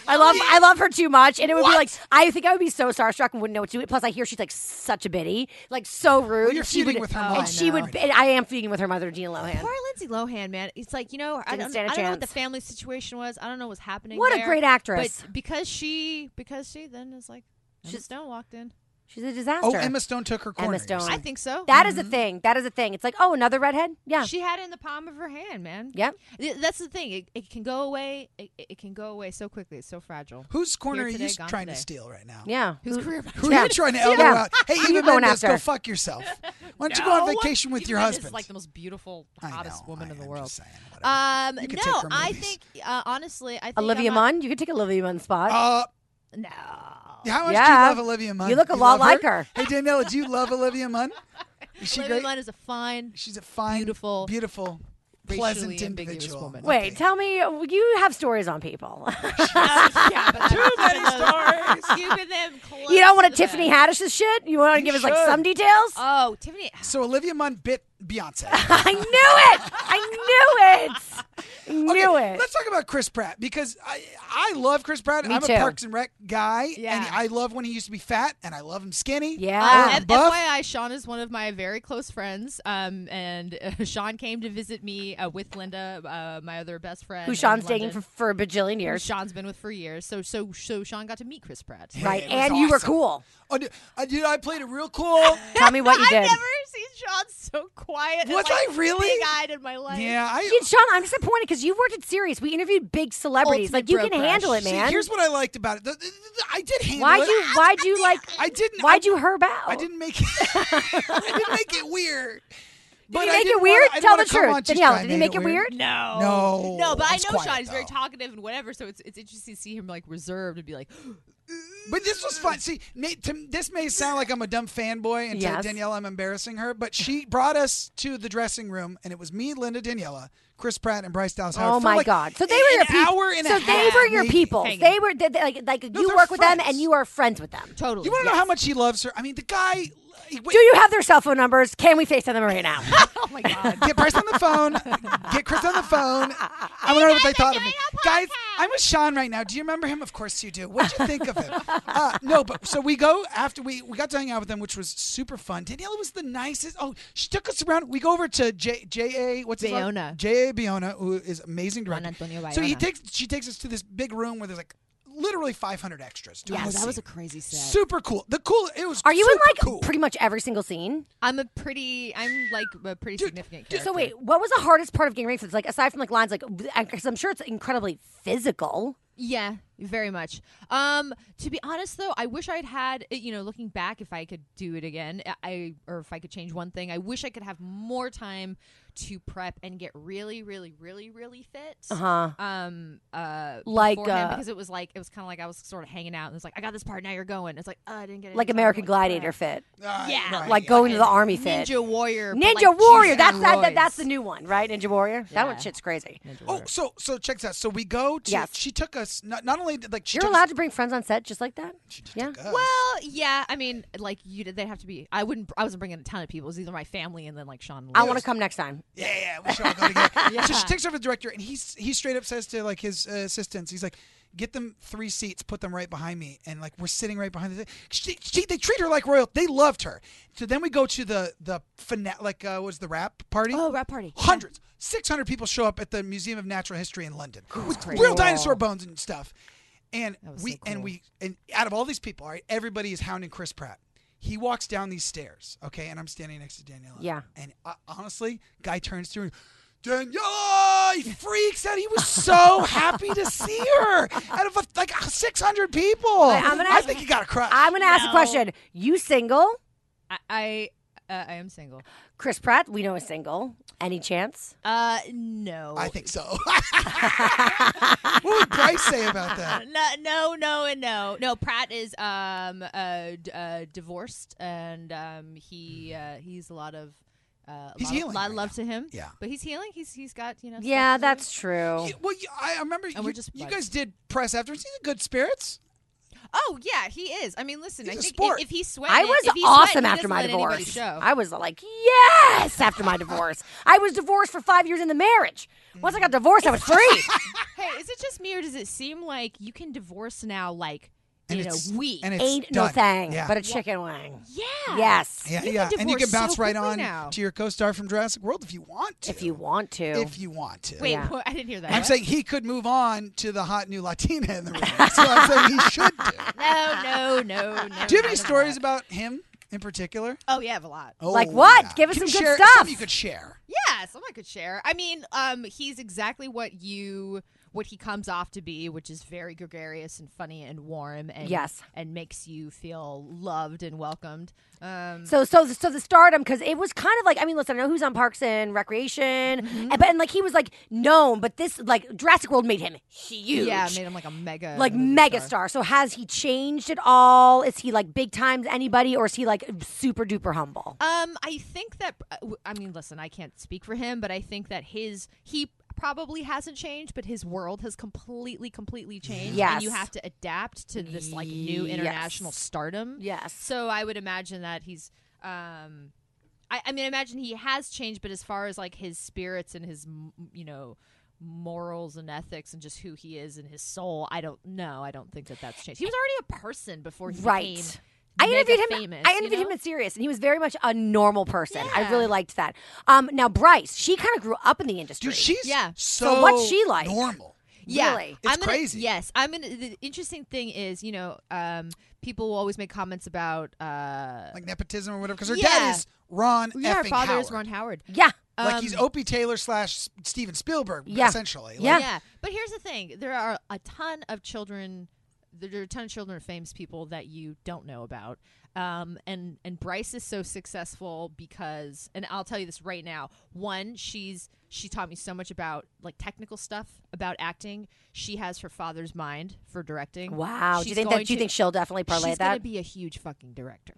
I love I love her too much, and it would be like I think I would be so starstruck and wouldn't know what to do. Plus, I hear she's like such a bitty, like so rude.
you're
and she
feuding
would-
with her
and
mom.
she would. and I am feuding with her mother, Gina Lohan.
Poor Lindsay Lohan, man. It's like you know, I
Didn't
don't,
stand a
I don't know what the
chance.
family situation was. I don't know what's happening.
What a
there,
great actress.
But because she, because she, then is like, Emma Stone walked in.
She's a disaster.
Oh, Emma Stone took her corner.
Emma Stone.
I think so.
That is a
Mm-hmm.
thing. That is a thing. It's like oh, another redhead. Yeah.
She had it in the palm of her hand, man.
Yep.
Th- That's the thing. It, it can go away. It, it can go away so quickly. It's so fragile.
Whose corner
Here
are you
today, gone
trying
today.
to steal right now?
yeah.
Whose
Who-
career? [LAUGHS]
Who
Yeah.
are you trying to elbow
Yeah.
out? Hey,
Who you
Eva
going
Mendes, go
after?
fuck yourself. Why don't you go on
No.
vacation with
Even
your
though this is,
husband?
like the most beautiful,
I know,
hottest woman
I-
in the
I'm
world.
just saying, whatever.
Uh,
um,
You could
no,
take her
I
movies.
think uh, honestly, I think
Olivia
I'm not-
Munn. You could take Olivia Munn's spot.
Uh,
No.
how much do
Yeah.
you love Olivia Munn?
You look a lot
love
like her.
Hey, Daniela, do you love Olivia
[LAUGHS]
Munn? Is she
Olivia
great?
Munn is a fine.
She's a fine,
beautiful,
beautiful,
racially
pleasant
ambiguous
individual.
woman.
Wait, tell me, you have stories on people.
yeah, but too many stars. [LAUGHS] Scooping them.
[LAUGHS]
Close
you don't want
to
to
the
Tiffany
vest.
Haddish's shit. You want to give us like some details?
Uh,
Oh, Tiffany.
So Olivia Munn bit Beyonce.
[LAUGHS] I knew it.
[LAUGHS]
I knew it. I knew
Okay,
it.
Let's talk about Chris Pratt because I I love Chris Pratt.
Me
I'm
too.
a Parks and Rec guy,
Yeah.
and I love when he used to be fat, and I love him skinny.
Yeah.
Or
Uh, F-
Oh, buff.
FYI, Sean is one of my very close friends, um, and [LAUGHS] uh, Sean came to visit me uh, with Linda, uh, my other best friend,
Who
in
Sean's dating for,
London,
for a bajillion
who
years.
Sean's been with for years. So, so, so Sean got to meet Chris Pratt.
right.
It was
And you were
awesome. [LAUGHS]
cool.
Oh, dude, I, dude, I played it
[LAUGHS]
real cool.
Tell me what you
I've
did.
never seen Sean so quiet. and,
Was
like,
I really?
big-eyed in my life?
yeah, I.
Dude, Sean, I'm disappointed because you've worked at Sirius. We interviewed big celebrities.
Ultimate
like you
bro
can
crush.
handle it,
see,
man.
here's what I liked about it. The- the- the- I did handle
why'd
it.
you? Why'd you like?
[LAUGHS] I didn't.
Why'd
I,
you herb out?
I didn't make it. [LAUGHS] I didn't make it weird. But
Oh. Did
I
you make
didn't
it
wanna-
weird?
I didn't
Tell
wanna
the
come
truth.
on just
Danielle,
try and
did he
make
make it weird?
No.
No,
No, but I
it's
know
Oh, quiet,
Sean. He's very
though.
talkative and whatever. So it's it's interesting to see him like reserved and be like, [GASPS]
But this was fun. See, Nate, to, this may sound like I'm a dumb fanboy, and
Yes.
to Daniela, I'm embarrassing her. But she [LAUGHS] brought us to the dressing room, and it was me, Linda, Daniela, Chris Pratt, and Bryce Dallas Howard.
Oh
for
my
like
god! So they
an
were your people.
hour and
so
a
they
half,
were your
maybe.
people.
Hanging.
They were they, they- like like you
they're
work with them
friends.
and you are friends with them.
totally.
You want to know how much he loves her? I mean, the guy. He,
Do you have their cell phone numbers? Can we FaceTime them right
[LAUGHS]
now?
Oh my god.
Uh, Get Bryce on the phone. Get Chris on the phone. I want to know what they thought of him. Guys, I'm with Sean right now. Do you remember him? Of course you do. What'd you think of him? Uh, no, but so we go after we we got to hang out with them, which was super fun. Daniela was the nicest. Oh, she took us around. We go over to J J A. What's his last-
Bayona.
J A Biona, who is amazing director.
Antonio
So he
Bayona.
takes she takes us to this big room where there's like literally 500 extras. to
Oh,
us.
that was a crazy set.
super cool. The cool. It was.
Are you in
super
like
cool.
pretty much every single scene?
I'm a pretty. I'm like a pretty significant character.
So wait, what was the hardest part of getting ready for this? Like aside from like lines, like because I'm sure it's incredibly physical.
Yeah, very much. Um, to be honest, though, I wish I'd had. eh, You know, looking back, if I could do it again, eh, I or if I could change one thing, I wish I could have more time to prep and get really, really, really, really fit.
Uh-huh.
Um, uh,
Like,
beforehand,
uh,
because it was like it was kind of like I was sort of hanging out and it's like I got this part, now you're going. It's like oh, I didn't get it.
Like
It's
American
like,
Gladiator
crap.
fit,
Uh,
Yeah,
right,
like
yeah.
going to the army
Ninja
fit.
Warrior. but,
Ninja
like,
Warrior.
juiced
That's
on
that, that, that's
roids.
the new one, right? Ninja Warrior. That one
Yeah.
shit's crazy.
Oh, so so check this out. So we go to.
Yes.
She took us. Not, not only did like she
You're
took
allowed to bring friends on set just like that. Yeah.
Us, well,
Well, yeah. I mean, like you, did. they would have to be. I wouldn't. I wasn't bringing a ton of people. It was either my family and then like Sean.
I want to come next time.
yeah, yeah, we should all go
[LAUGHS]
together. So she takes over the director, and he's he straight up says to like his uh, assistants, he's like, "Get them three seats, put them right behind me, and like we're sitting right behind the." She, she, they treat her like royal. They loved her. So then we go to the the finale, like uh, what was the rap party?
Oh, rap party. Yeah.
Hundreds, six hundred people show up at the Museum of Natural History in London with real dinosaur bones and stuff. And
was
we
so
and
cool.
we and out of all these people, all right, everybody is hounding Chris Pratt. He walks down these stairs, okay, and I'm standing next to Daniela.
Yeah.
And uh, honestly, guy turns to her, and, Daniela, he freaks out. He
[LAUGHS]
was so happy to see her out of a, like 600 people.
Wait, I'm gonna
I
ask-
think he got a crush.
I'm going to ask a
No.
question. You single?
I I, uh, I am single.
Chris Pratt, we know is single. Any chance?
Uh, no.
I think
[LAUGHS]
so. what would Bryce say
[LAUGHS]
about that?
no, no, no, and no, no. Pratt is um uh, d- uh divorced, and um he uh, he's a lot of uh, a
Hmm. He's
lot,
healing
of, lot
right
of love
now.
to him.
Yeah.
but he's healing. He's he's got you know. stuff
Yeah,
to
that's true.
You- well, you, I I remember you,
we're just
you
buds.
guys did press afterwards. He's in good spirits.
do. Oh yeah, he is. I mean, listen,
He's a
I think i-
sport.
if he's sweating,
I was
if he's
awesome
sweating, he
after
doesn't
my
let anybody
divorce.
Show.
I was like, yes, after my divorce. I was divorced for five years in the marriage. Once I got divorced, I was
[LAUGHS]
free.
hey, is it just me or does it seem like you can divorce now? Like in
it's
a week.
and it's
Ain't no
done.
thing
Yeah.
but a chicken wing.
yeah.
Yes.
Yeah,
You can
yeah, and you can
divorce so
bounce right
quickly
on
now.
to your co-star from Jurassic World if you want to.
If you want to.
if you want to.
Wait,
Yeah.
what? I didn't hear that.
I'm saying he could move on to the hot new Latina in the room. That's what I'm saying
[LAUGHS]
he should do.
Oh, no, no,
Do you
no, no.
have
no, no.
any stories about him in particular?
Oh yeah, I have a lot.
Oh,
Like what?
yeah.
Give us
You
some good
share-
stuff.
Some you could share.
Yeah, some I could share. I mean, um, he's exactly what you what he comes off to be, which is very gregarious and funny and warm and
Yes.
and makes you feel loved and welcomed. Um
So so so the stardom because it was kind of like I mean listen I know who's on Parks and Recreation
Mm-hmm.
and, but and like he was like known but this like Jurassic World made him huge
yeah, it made him like a mega
like
movie
mega star so has he changed at all is he like big times anybody or is he like super duper humble
Um, I think that uh, w- I mean, listen, I can't speak for him, but I think that his he probably hasn't changed, but his world has completely, completely changed. and you
Yes.
have to adapt to this like new
Yes.
international stardom.
Yes.
So I would imagine that he's. Um, I, I mean, I imagine he has changed, but as far as like his spirits and his, m- you know. Morals and ethics, and just who he is and his soul. I don't know. I don't think that that's changed. He was already a person before he became
right. I
mega
interviewed him.
Famous,
I
you
interviewed
know?
him at Sirius, and he was very much a normal person. I
Yeah.
really liked that. Um, now Bryce, she kind of grew up in the industry.
Dude, she's
Yeah.
so,
So what's she like?
normal.
Yeah,
Really?
It's
I'm gonna,
crazy.
Yes, I'm gonna. The interesting thing is, you know, um, people will always make comments about. Uh,
Like nepotism or whatever. Because her
Yeah.
dad is Ron
yeah, her
effing
father
Howard.
is Ron Howard.
yeah,
Like he's
Um,
Opie Taylor slash Steven Spielberg,
Yeah.
essentially. Like,
Yeah.
But here's the thing: there are a ton of children. There are a ton of children of famous people that you don't know about. Um, and and Bryce is so successful because, and I'll tell you this right now. One, she's she taught me so much about like technical stuff about acting. She has her father's mind for directing.
wow. Do you
She's
think that?
going
Do you
to-
think she'll definitely parlay
she's gonna
that?
be a huge fucking director.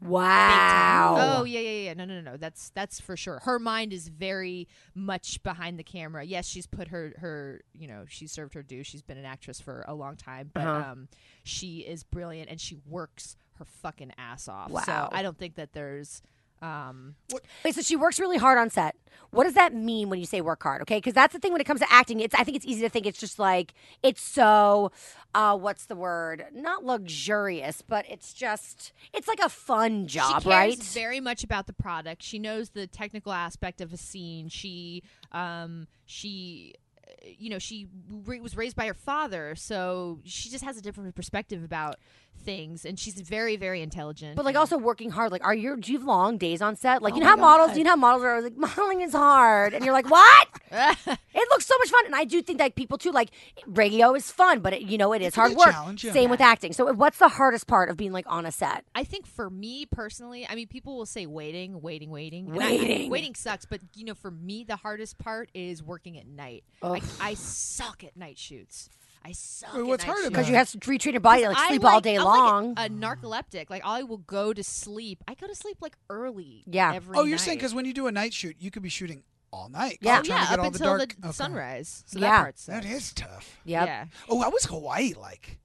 wow.
Oh yeah, yeah, yeah. No, no, no, no. That's that's for sure. Her mind is very much behind the camera. Yes, she's put her her you know she's served her due. She's been an actress for a long time, but
Uh-huh.
um, she is brilliant and she works her fucking ass off.
Wow.
So I don't think that there's um
Wait, so she works really hard on set. What does that mean when you say work hard? Okay, because that's the thing when it comes to acting. It's I think it's easy to think it's just like it's so, uh, what's the word? Not luxurious, but it's just it's like a fun job,
she cares
right?
very much about the product. She knows the technical aspect of a scene. She, um, she, uh, you know, she ra- was raised by her father, so she just has a different perspective about things, and she's very, very intelligent.
but like also working hard. Like, are you do you have long days on set?
Oh
Like, you know how models, you know how models are always like modeling is hard, and you're like,
[LAUGHS]
what? it looks so much fun, and I do think that people too like radio is fun, but it, you know it is
a
hard
good
work.
challenge, yeah.
Same with acting. So, what's the hardest part of being like on a set?
I think for me personally, I mean, people will say waiting, waiting, waiting, and
Waiting.
I, waiting sucks. But you know, for me, the hardest part is working at night. I, I suck at night shoots. I suck.
Wait, what's
at night
harder
shoots.
about
Because you have to retrain your body, like
I
sleep
like-
all day
I'm
long.
Like a narcoleptic, like I will go to sleep. I go to sleep like early.
Yeah.
Every
Oh, you're saying
night.
because when you do a night shoot, you could be shooting all night. 'cause
Yeah.
Oh,
you're trying
yeah,
to get
up
all
until the,
dark- Okay.
sunrise. So
Yeah.
that part's
That is tough.
Yep.
Yeah.
Oh, I was Hawaii like?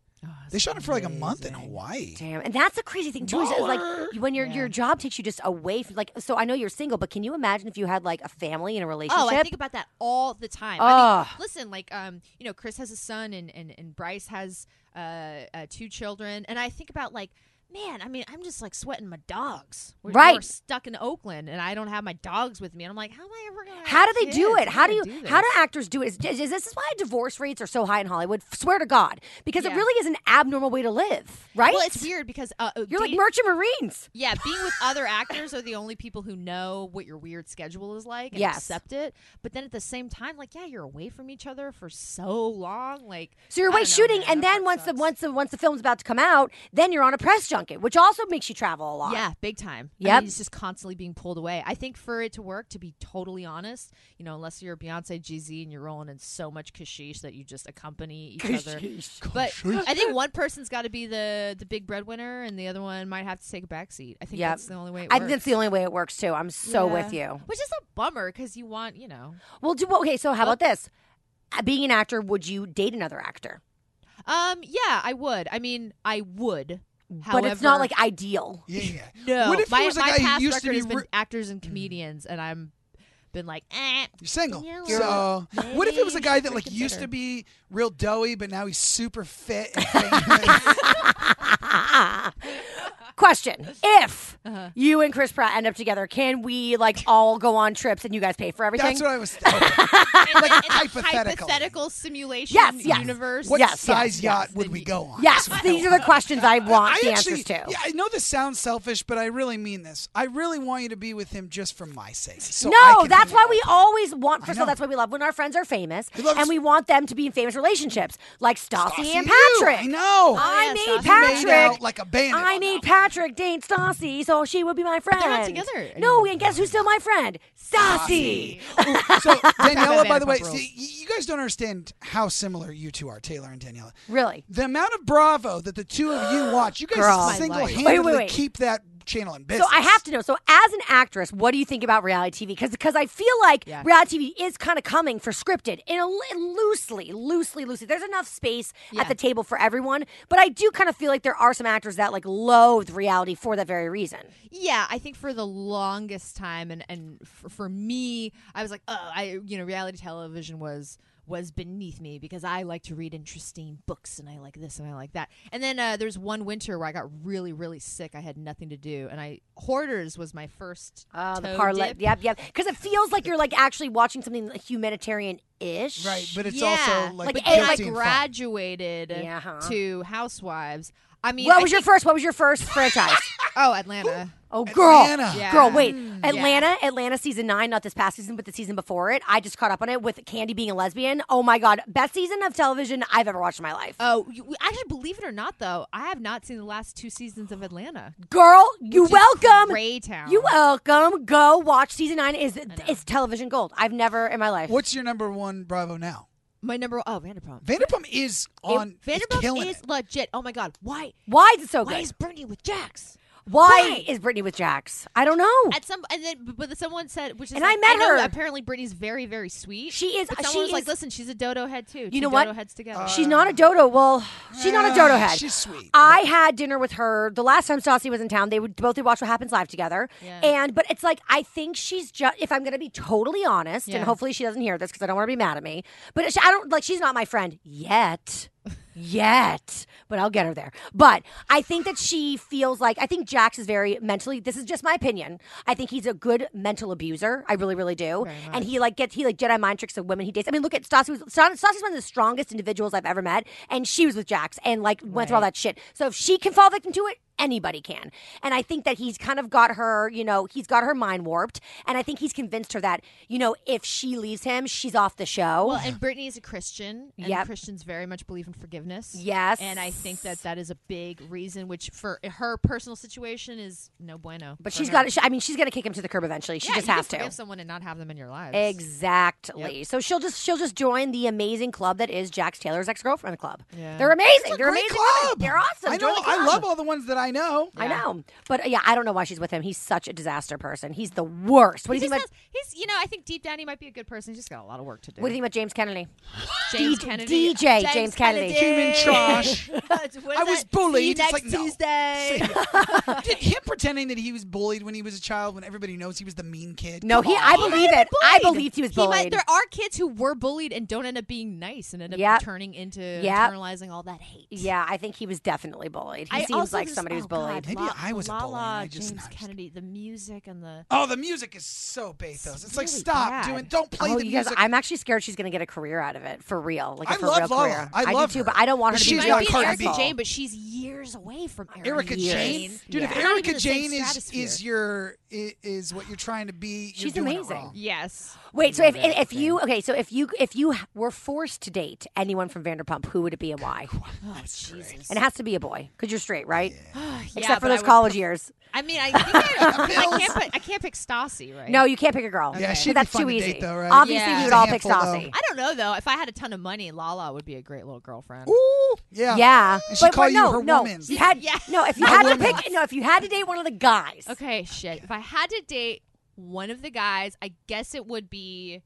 they shot it for like a month in Hawaii.
Damn, and that's the crazy thing too. Is, is like you- when your your job takes you just away from like. So I know you're single, but can you imagine if you had like a family and a relationship?
Oh, I think about that all the time. I mean,
Ugh.
listen, like um, you know, Chris has a son, and and and Bryce has uh, uh two children, and I think about like. Man, I mean, I'm just like sweating my dogs. We're,
Right.
we're stuck in Oakland, and I don't have my dogs with me. And I'm like, how am I ever gonna?
how do
have
they do
kids?
it? How do
am I
you?
gonna
how do
this?
actors do it? Is, is, this is why divorce rates are so high in Hollywood? Swear to God, because it
Yeah.
really is an abnormal way to live, right?
Well, it's weird because uh, uh,
You're like
dating-
merchant marines.
Yeah, being with other actors are the only people who know what your weird schedule is like and
Yes.
accept it. But then at the same time, like, yeah, you're away from each other for so long. Like,
So you're
I
away
don't know,
shooting,
man,
and
that
then
part
once the
sucks.
once the once the film's about to come out, then you're on a press junket, which also makes you travel a lot.
Yeah, big time. I mean,
Yep.
it's just constantly being pulled away. I think for it to work, to be totally honest, you know, unless you're Beyonce, Jay-Z, and you're rolling in so much kashish that you just accompany each other. But I think one person's got to be the the big breadwinner, and the other one might have to take a backseat. I think
Yep.
that's the only way. It
I think that's the
works.
only way it works too. I'm so with
Yeah.
you.
Which is a bummer because you want, you know.
Well, do okay. So how about this? Uh, Being an actor, would you date another actor?
Um, yeah, I would. I mean, I would. However,
but it's not like ideal.
Yeah, yeah.
[LAUGHS] no.
What if
my,
he was a
my
guy
past
who used
record
to be
has been
re- Mm.
actors and comedians, and I'm been like, eh.
You're single.
Yeah,
so, what if it was a
maybe
guy that like
freaking
used
better.
to be real doughy, but now he's super fit?
[LAUGHS]
And famous?
Question: If
Uh-huh.
you and Chris Pratt end up together, can we like all go on trips and you guys pay for everything?
That's what I was. Thinking.
And then in a
hypothetical.
hypothetical simulation
Yes, yes.
universe.
What
Yes, yes,
size
yes.
yacht would
Then
we
you-
go on? [LAUGHS]
yes, these are the questions I want
I
the
actually,
answers to.
Yeah, I know this sounds selfish, but I really mean this. I really want you to be with him just for my sake. So I
no,
can
that's
be-
why we always want. First of all,
know.
that's why we love when our friends are famous,
We love-
and we want them to be in famous relationships, like Stassi,
Stassi,
and
you.
Patrick.
I know.
I
Oh, yeah,
need
Stassi. You
Patrick.
made
out like a bandit
I
on
need Patrick date Stassi, so she would be my friend.
they're not together
No, and guess who's still my friend? Stassi. [LAUGHS]
so Daniela, by the way,
Vanderpump
see, y- you guys don't understand how similar you two are, Taylor and Daniela.
Really?
The amount of Bravo that the two of you watch, you
Girl. My
guys
life.
single-handedly
Wait, wait, wait.
keep that channel in
So
business.
I have to know. So as an actress, what do you think about reality TV? Because I feel like reality TV is kind of coming for scripted in a li- loosely, loosely, loosely. There's enough space at the table for everyone, but I do kind of feel like there are some actors that like loathe reality for that very reason.
Yeah, I think for the longest time, and and for, for me, I was like, oh, I you know, reality television was was beneath me because I like to read interesting books and I like this and I like that. And then uh, there's one winter where I got really really sick. I had nothing to do, and I Hoarders was my first.
Uh, the
toe
parlay,
dip.
yep, yep. Because it feels like you're like actually watching something humanitarian-ish,
right, but it's
yeah.
also like,
Like,
but
eh,
then I
guilty and fun.
graduated
Yeah, huh.
to Housewives. I mean,
what
I
was your
think-
first? What was your first franchise?
Oh, Atlanta.
Oh, girl,
Atlanta.
Yeah. Mm.
girl, wait, Atlanta, Atlanta season nine, not this past season, but the season before it. I just caught up on it with Candy being a lesbian. Oh my god, best season of television I've ever watched in my life.
Oh, you, actually, believe it or not, though, I have not seen the last two seasons of Atlanta.
girl, you
which is
welcome.
Grey Town.
You welcome. Go watch season nine. Is it's television gold? I've never in my life.
What's your number one Bravo now?
My number oh Vanderpump.
Vanderpump is on. is
Vanderpump
killing
is
it.
legit. Oh my god, why?
Why is it so
Why
good?
is Bernie with Jax?
Why is Brittany with Jax? I don't know.
At some and then but someone said which is
And I met
know
her.
Apparently, Brittany's very very sweet.
She is- uh,
But
she
someone was like,
is-
listen, she's a dodo head too.
You
Two
know what? Uh,
Dodo heads together.
She's not a dodo. Well, she's not a dodo head.
Ah,
Ah,
she's sweet.
I had dinner with her the last time Stassi was in town. They would both would watch What Happens Live together.
Yeah.
And but it's like I think she's just if I'm going to be totally honest, and
Yeah.
hopefully she doesn't hear this because I don't want her to be mad at me. But she, I don't like she's not my friend yet. Yet, but I'll get her there. But I think that she feels like I think Jax is very mentally. This is just my opinion. I think he's a good mental abuser. I really, really do. And he like gets he like Jedi mind tricks of women he dates. I mean, look at Stassi. Was, Stas- Stassi's one of the strongest individuals I've ever met, and she was with Jax and like went through all that shit. So if she can fall victim to it, anybody can. And I think that he's kind of got her. You know, he's got her mind warped, and I think he's convinced her that you know if she leaves him, she's off the show.
Well, and Brittany is a Christian, and
Yep.
Christians very much believe in forgiveness.
Yes.
and I think that that is a big reason, which for her personal situation is no bueno.
but
for
she's
her.
got. I mean, she's gonna kick him to the curb eventually. She
Yeah,
just
you can
has to.
forgive someone and not have them in your lives.
Exactly. So she'll just she'll just join the amazing club that is Jax Taylor's ex girlfriend club.
Yeah.
They're amazing.
It's a
They're
great
amazing. women.
club.
They're awesome.
I
Join
know.
the
I
club.
love all the ones that I I know.
[LAUGHS] I know. But uh, yeah, I don't know why she's with him. He's such a disaster person. He's the worst. What do you
He
think about
just has- he's, you know, I think deep down he might be a good person. He's just got a lot of work to do.
what do you think about James Kennedy?
James
D-
Kennedy.
DJ James Kennedy. [LAUGHS]
Human trash.
[LAUGHS] What is
I was
that? See you
bullied. It's
next
like, no.
Tuesday.
Did him pretending that he was bullied when he was a child, when everybody knows he was the mean kid.
No,
Come
he.
on.
I believe it. I believed he was
He might-
bullied.
there are kids who were bullied and don't end up being nice and end up
Yep.
turning into
Yep.
internalizing all that hate.
yeah, I think he was definitely bullied. He
I
seems
also
like
just-
somebody who's
oh, God,
bullied.
Maybe
La-
I was a
La
bully and
La
I just
James
not understood.
Kennedy, the music and the
Oh, the music is so bathos. It's, like
really
stop
bad.
doing. Don't play
Oh,
the
you guys,
music.
I'm actually scared she's going to get a career out of it for real, like a
I
for
love
real
Lala.
career.
I love
do too,
her.
but I don't want her to be
But she's
Might
like
not
be an
Cardi
Erica
B.
Jane, but she's years away from Erica,
Erica
years.
Jane, dude.
Yeah.
If
They're not
Erica
even the same
Jane is
stratosphere.
is your i- is what you're trying to be, you're
She's
doing it
amazing.
wrong.
[SIGHS] Yes.
Wait, so if if you okay, so if you if you were forced to date anyone from Vanderpump, who would it be and why? And it has to be a boy because you're straight, right? Except for
but I
those
would
college years.
I mean, I think
[LAUGHS]
I, I can't pick, I can't pick Stassi, right?
No, you can't pick a girl.
Yeah, she'd
But
be
that's
fun
too
to
easy.
date, though, right?
Obviously,
Yeah.
we would
She's
a
all pick
handful, though.
Stassi.
I don't know though. If I had a ton of money, Lala would be a great little girlfriend.
Ooh, yeah,
Yeah,
And she
but,
call
but
you
no,
her
no.
woman.
You had
Yeah.
no. If you
Her
had
woman.
to pick, no. If you had to date one of the guys,
Okay, shit. If I had to date one of the guys, I guess it would be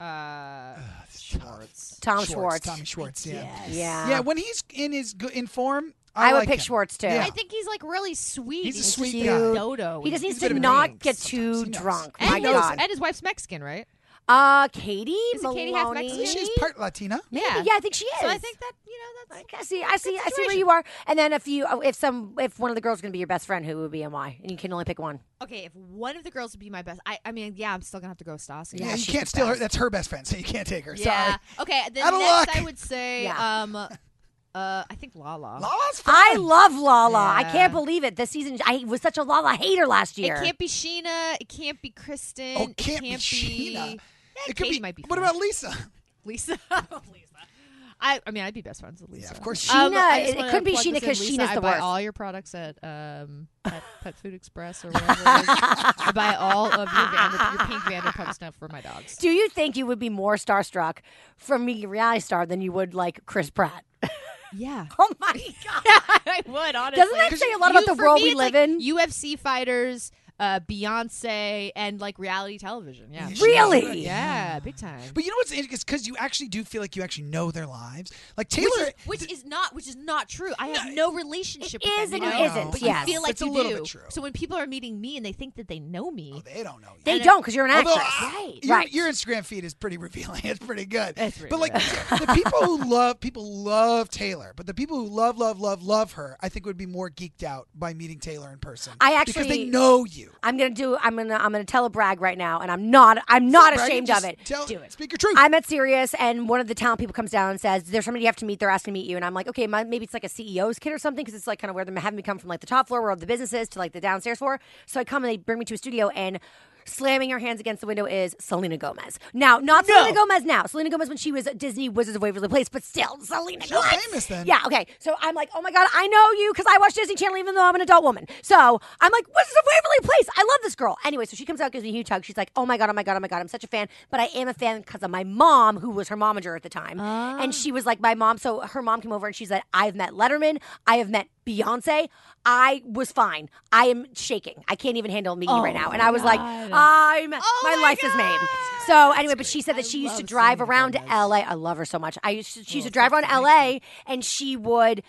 uh Schwartz.
Tom
Schwartz,
Schwartz.
Tommy Schwartz, yeah,
Yeah.
yeah. When he's in his good in form, I,
I, would
like
pick
him.
Schwartz too.
Yeah.
I think he's like really sweet.
He's a
just
sweet
like
guy.
a Dodo.
He just
He's
needs
a bit
to
of a
not
drink
get
sometimes.
too
He knows.
drunk.
and,
My
his,
God.
and his wife's Mexican, right?
Uh, Katie
Isn't Katie half
Maloney.
Mexican?
She's part Latina.
Maybe. Yeah. I think she is.
So I think that you know that's
I see. I see. I see where
situation.
you are. And then if you, oh, if some, if one of the girls is going to be your best friend, who would be and why? And you can only pick one.
okay. If one of the girls would be my best, I I mean, yeah, I'm still gonna have to go with Stassi.
Yeah, you can't steal her. That's her best friend, [LAUGHS] so you can't take her.
Yeah.
Sorry.
Okay. Then
Out of
next,
luck.
I would say,
Yeah.
um, uh, I think Lala.
Lala's fun.
I love Lala. I
Yeah.
can't believe it. This season, I was such a Lala hater last year.
It can't be Sheena. It can't be Kristen.
Oh, can't,
it
be
can't
Sheena.
be- Yeah, Katie might be.
What
fun.
about Lisa?
Lisa? [LAUGHS] Lisa. I, I mean, I'd be best friends with Lisa.
Yeah, of course.
Uh,
Sheena.
Sheena,
Um, I just
it- it
wanna
couldn't be
plug
Sheena
this in.
'cause
Lisa,
Sheena's
I
the
buy
worst.
all your products at um,
[LAUGHS]
Pet, Pet Food Express or whatever. it is. I buy all of your, Vanderpump, your pink Vanderpump stuff for my dogs.
Do you think you would be more starstruck from being a reality star than you would like Chris Pratt? [LAUGHS]
Yeah,
Oh my God.
[LAUGHS] I would honestly.
Doesn't that say a lot about
You-
the
for
world
me,
we
it's
live
like
in?
UFC fighters, uh, Beyonce, and like reality television. Yeah,
Really?
Yeah, big time.
But you know what's interesting? It's because you actually do feel like you actually know their lives. Like Taylor.
Which is, which is not which is not true. I have no relationship.
It
with
is
them,
and
you
it
know?
isn't,
But
yes.
you feel like
It's a
you
little
do.
bit true.
So when people are meeting me and they think that they know me,
Oh, they don't know you.
They don't because you're an actress.
Although, uh,
right.
your,
right.
your Instagram feed is pretty [LAUGHS] revealing. It's pretty good.
It's pretty
but like [LAUGHS] the people who love people love Taylor, but the people who love love love love her, I think would be more geeked out by meeting Taylor in person.
I
because they
actually-
know you.
I'm gonna do. I'm gonna. I'm gonna tell a brag right now, and I'm not. I'm not
Brad, you
ashamed
just
of it.
Tell, Do it. Speak your truth.
I'm at Sirius, and one of the talent people comes down and says, "There's somebody you have to meet. They're asking to meet you." And I'm like, "Okay, my, maybe it's like a CEO's kid or something, because it's like kind of where they're having me come from like the top floor where all the businesses to like the downstairs floor." So I come and they bring me to a studio, and slamming her hands against the window is Selena Gomez. Now, not Selena Gomez now. Selena Gomez when she was at Disney Wizards of Waverly Place, but still Selena
She's
Gomez.
famous then.
Yeah. Okay. So I'm like, "Oh my god, I know you because I watch Disney Channel, even though I'm an adult woman." So I'm like, "Wizards of Waverly Place. I love this girl." Anyway, so she comes out, gives me a huge hug. She's like, "Oh my god, oh my god, oh my god, I'm such a fan, but I am a fan because of my mom, who was her momager at the time."
Ah.
And she was like, "My mom." So her mom came over and she said, "I've met Letterman. I have met Beyonce. I was fine. I am shaking. I can't even handle meeting you right now." And I was like, "I'm my, life is made." So anyway, but she said that she used to drive around to LA. I love her so much. I used to, she used to drive around LA, and she would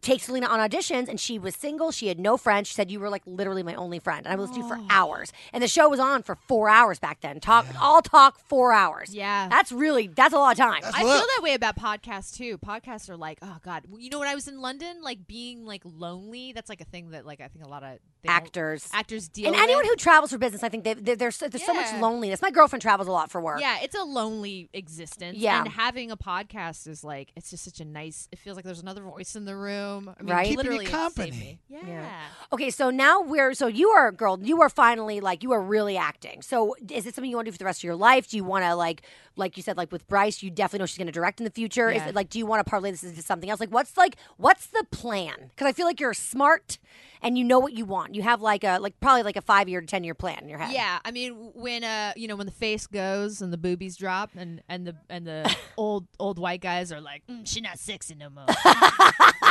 take Selena on auditions and she was single. She had no friends. She said, You were like literally my only friend. And I listened to you for hours. And the show was on for four hours back then. Talk, all talk, four hours.
Yeah.
That's really, that's a lot of time.
I
Look.
feel that way about podcasts too. Podcasts are like, oh god, you know when I was in London, like being like lonely. That's like a thing that like I think a lot of they don't-
Actors.
actors deal
and
with.
anyone who travels for business, I think they, they, there's, there's so much
Yeah.
loneliness. My girlfriend travels a lot for work.
yeah, it's a lonely existence.
Yeah.
and having a podcast is like it's just such a nice. It feels like there's another voice in the room. I mean,
Right? Keeping you
literally, it saved
company.
me. Yeah.
Okay, so now we're so you are girl, you are finally like you are really acting. So is it something you want to do for the rest of your life? Do you want to like like you said like with Bryce, you definitely know she's going to direct in the future. Is
Yeah.
it like do you want to parlay this into something else? Like what's like what's the plan? Cuz I feel like you're smart and you know what you want. You have like a like probably like a five year to ten year plan in your head.
Yeah, I mean when uh you know when the face goes and the boobies drop and and the and the
[LAUGHS]
old old white guys are like mm, she not sexy no more. and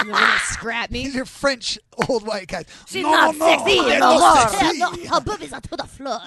they're gonna scrap me.
These are French old white guys.
She's
no,
not
no,
sexy,
they're
no
not
more.
sexy.
her boobies are to the floor.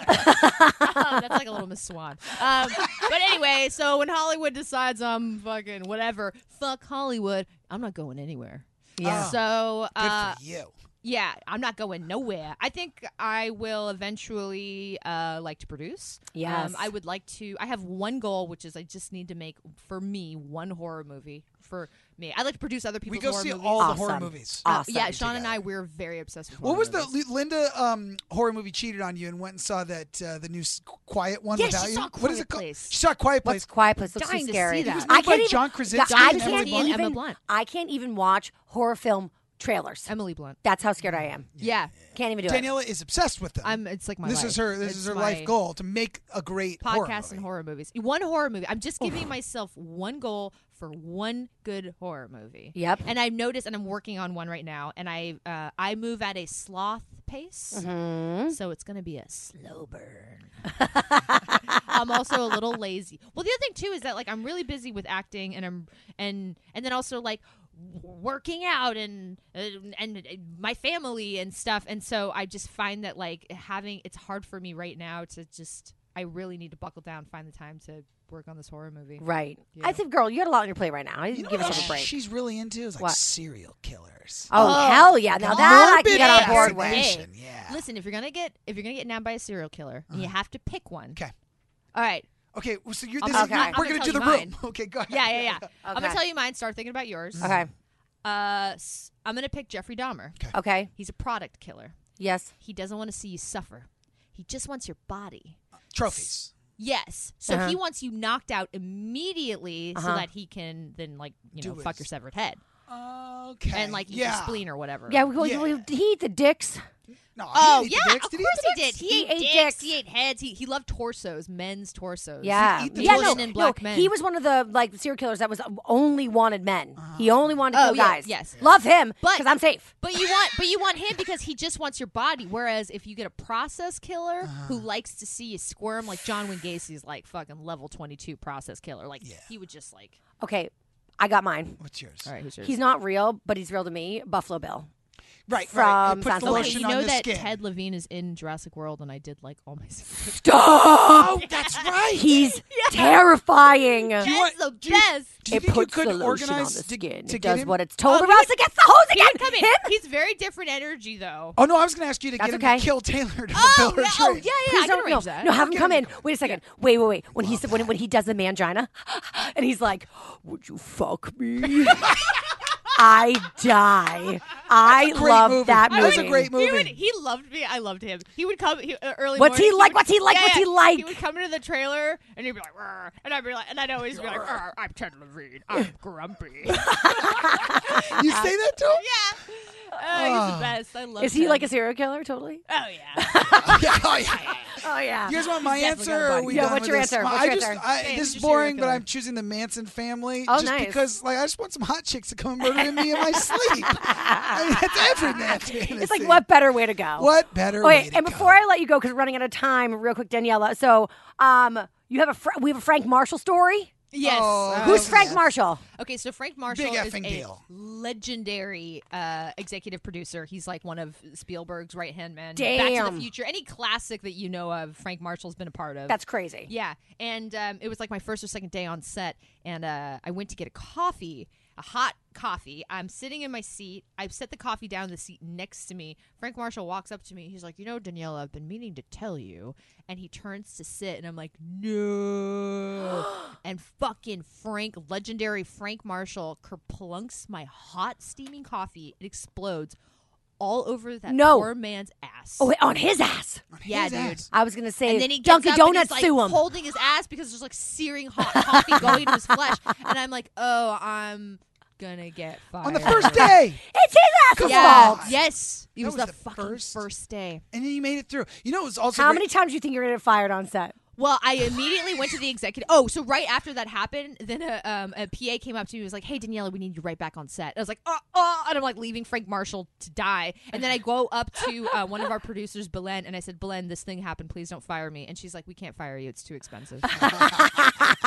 [LAUGHS] That's like a little Miss Swan. Um, but anyway, so when Hollywood decides I'm fucking whatever, fuck Hollywood, I'm not going anywhere.
Yeah. Oh.
So
Good
uh,
for you.
yeah, I'm not going nowhere. I think I will eventually uh, like to produce.
Yes.
I would like to. I have one goal, which is I just need to make for me one horror movie for me. I like to produce other
We
people's
go
horror
see
movies.
all
Awesome.
the horror movies.
Uh, yeah,
Awesome.
Sean and I we're very obsessed with.
What
horror
was
movies.
the Linda um, horror movie cheated on you and went and saw that uh, the new s- quiet one
Yeah,
without
she
you?
saw
what is
Quiet
it called?
Place.
She saw Quiet Place.
What's Quiet Place looks
Dying
so
to
scary.
see that. It was
I
made by
can't even,
John Krasinski
I
and
can't
Emily
Blunt.
even.
Emma Blunt.
I can't even watch horror film trailers.
Emily Blunt?
That's how scared I am.
Yeah,
Can't even do it.
Daniela is obsessed with them.
I'm. It's like my.
this
life.
is her. This
It's
is her
my
life goal to make a great horror
Podcasts and
movie.
horror movies. One horror movie. I'm just giving myself one goal for one good horror movie.
Yep.
And I've noticed, and I'm working on one right now, and I uh, I move at a sloth pace, so it's gonna be a slow burn. I'm also a little lazy. Well, the other thing too is that like I'm really busy with acting, and I'm and and then also like w- working out and uh, and uh, my family and stuff and so i just find that like having it's hard for me right now to just i really need to buckle down find the time to work on this horror movie
Right. I said, girl, you had a lot on your plate right now. You
You
need
know
to give
what
yourself a
else
break.
she's really into is like
What?
serial
Uh,
killers.
oh, hell yeah! Now that I can get on board with.
Hey,
fascination, yeah.
listen if you're gonna get if you're gonna get nabbed by a serial killer and you have to pick one
'Kay.
all right
Okay, well, so you're,
I'm
this
gonna-
is, you're,
I'm
we're
gonna
gonna
tell
do the
you
room.
mine.
[LAUGHS] Okay, go ahead.
yeah yeah
[LAUGHS]
yeah i'm gonna
Okay.
tell you mine start thinking about yours
Okay.
uh s- i'm gonna pick jeffrey dahmer
Okay.
he's a product killer
Yes.
he doesn't want to see you suffer he just wants your body
[LAUGHS] Trophies.
Yes. So
Uh-huh.
he wants you knocked out immediately so
Uh-huh.
that he can then like you know
Do
fuck
his-
your severed head
Okay.
and like eat your
yeah.
spleen or whatever.
Yeah. Well,
Yeah.
well, he eat the dicks.
No, he
Oh
didn't eat
yeah,
the dicks.
of
Did
course
eat the
he did.
dicks?
He, ate,
He ate
dicks,
dicks.
He ate heads. He, he loved torsos, men's torsos.
Yeah.
eat the
yeah.
torso.
No,
Asian and
no,
black men.
He was one of the like serial killers that was only wanted men. He
Uh-huh.
only wanted to
Oh,
kill
yeah,
guys.
yes. Yeah.
Love him
But-
because I'm safe.
But you want, but you want him because he just wants your body. Whereas if you get a process killer
Uh-huh.
who likes to see you squirm, like John Wayne Gacy's like fucking level twenty two process killer, like he would just like.
Okay. I got mine.
What's yours?
All right, who's yours?
He's not real, but he's real to me. Buffalo Bill.
Right, right.
From
It puts
Sons
the
of
okay,
Anarchy.
lotion
you know
on the
that
skin.
Ted Levine is in Jurassic World, and I did like all my. That's
oh, that's right.
[LAUGHS] He's
[LAUGHS]
terrifying.
Do you want-
the
do you-
best.
do you
It
think
puts
you
the
could
lotion on the
organize
skin.
To, to
it does
get him?
what it's told,
Oh,
or else
he-
it gets the hose
He
again.
didn't come in.
Him?
He's very different energy, though.
Oh no, I was gonna ask you to
That's
get him
okay.
to kill Taylor to a
Oh, yeah,
Bella
oh,
Train.
yeah, yeah.
Please
I
don't-
can
no,
arrange that.
no, have him come in. Wait a second. Wait, wait, wait. When he said, when, when he does the mangina, [GASPS] and he's like, "Would you fuck
[LAUGHS]
me?" I die. I
Great
love
movie.
that
That
movie.
was a great movie.
He, would, he loved me. I loved him. He would come he, uh, early.
What's he
morning,
like?
would-
What's he like?
Yeah,
What's he
yeah.
like?
He would come into the trailer and he'd be like, "Rrr," and I'd be like, and I'd always be like, "Rrr, "I'm Ted
[LAUGHS]
Levine. I'm grumpy." yeah,
You say that to him?
oh, he's the best. I love.
Is he
him.
like a serial killer? Totally.
Oh
[LAUGHS]
yeah.
yeah, oh, yeah.
Oh yeah.
You guys want my answer?
got a
Or are
body.
we
Yeah,
done
what's
with
your
this?
answer?
My-
What's your
I just,
answer?
I,
Okay,
this is
who's your
boring, but
killer?
I'm choosing the Manson family
Oh,
just
nice.
because, like, I just want some hot chicks to come and murder me in my sleep. I mean, that's every man's fantasy.
It's like what better way to go?
What better
Wait,
way to
and
go?
before I let you go, because we're running out of time, real quick, Daniela. So, um, you have a Fra- we have a Frank Marshall story.
yes. Uh,
Oh,
Who's
Oh,
Frank
yes.
Marshall?
Okay, so Frank Marshall
Big
is a
effing deal.
legendary uh, executive producer. He's like one of Spielberg's right hand men. Back to
Damn.
the Future, any classic that you know of, Frank Marshall's been a part of.
That's crazy.
yeah, and um, it was like my first or second day on set, and uh, I went to get a coffee, a hot coffee. I'm sitting in my seat. I've set the coffee down in the seat next to me. Frank Marshall walks up to me. He's like, "You know, Daniela, I've been meaning to tell you." And he turns to sit, and I'm like, "No!"
[GASPS]
and fucking Frank, legendary Frank Marshall, kerplunks my hot steaming coffee. It explodes all over that
No.
poor man's ass.
Oh, wait, on his ass.
yeah,
His
dude.
ass.
I was gonna say
And then he gets
Dunkin'
up and
Donuts
he's, like,
sue him.
holding his ass because there's like searing hot coffee going to his flesh, and I'm like, oh, I'm gonna get fired
On the first day,
it's his ass's
Yeah,
fault.
yes, it
That
was,
was
the,
the
fucking
first?
first day.
and then you made it through. You know, it was also
How
great-
many times do you think you're gonna get fired on set?
Well, I immediately went to the executive. Oh, so right after that happened, then a, um, a PA came up to me and was like, "Hey, Daniela, we need you right back on set." I was like, "Oh, oh," and I'm like leaving Frank Marshall to die. And then I go up to uh, one of our producers, Belen, and I said, "Belen, this thing happened. Please don't fire me." And she's like, "We can't fire you. It's too expensive."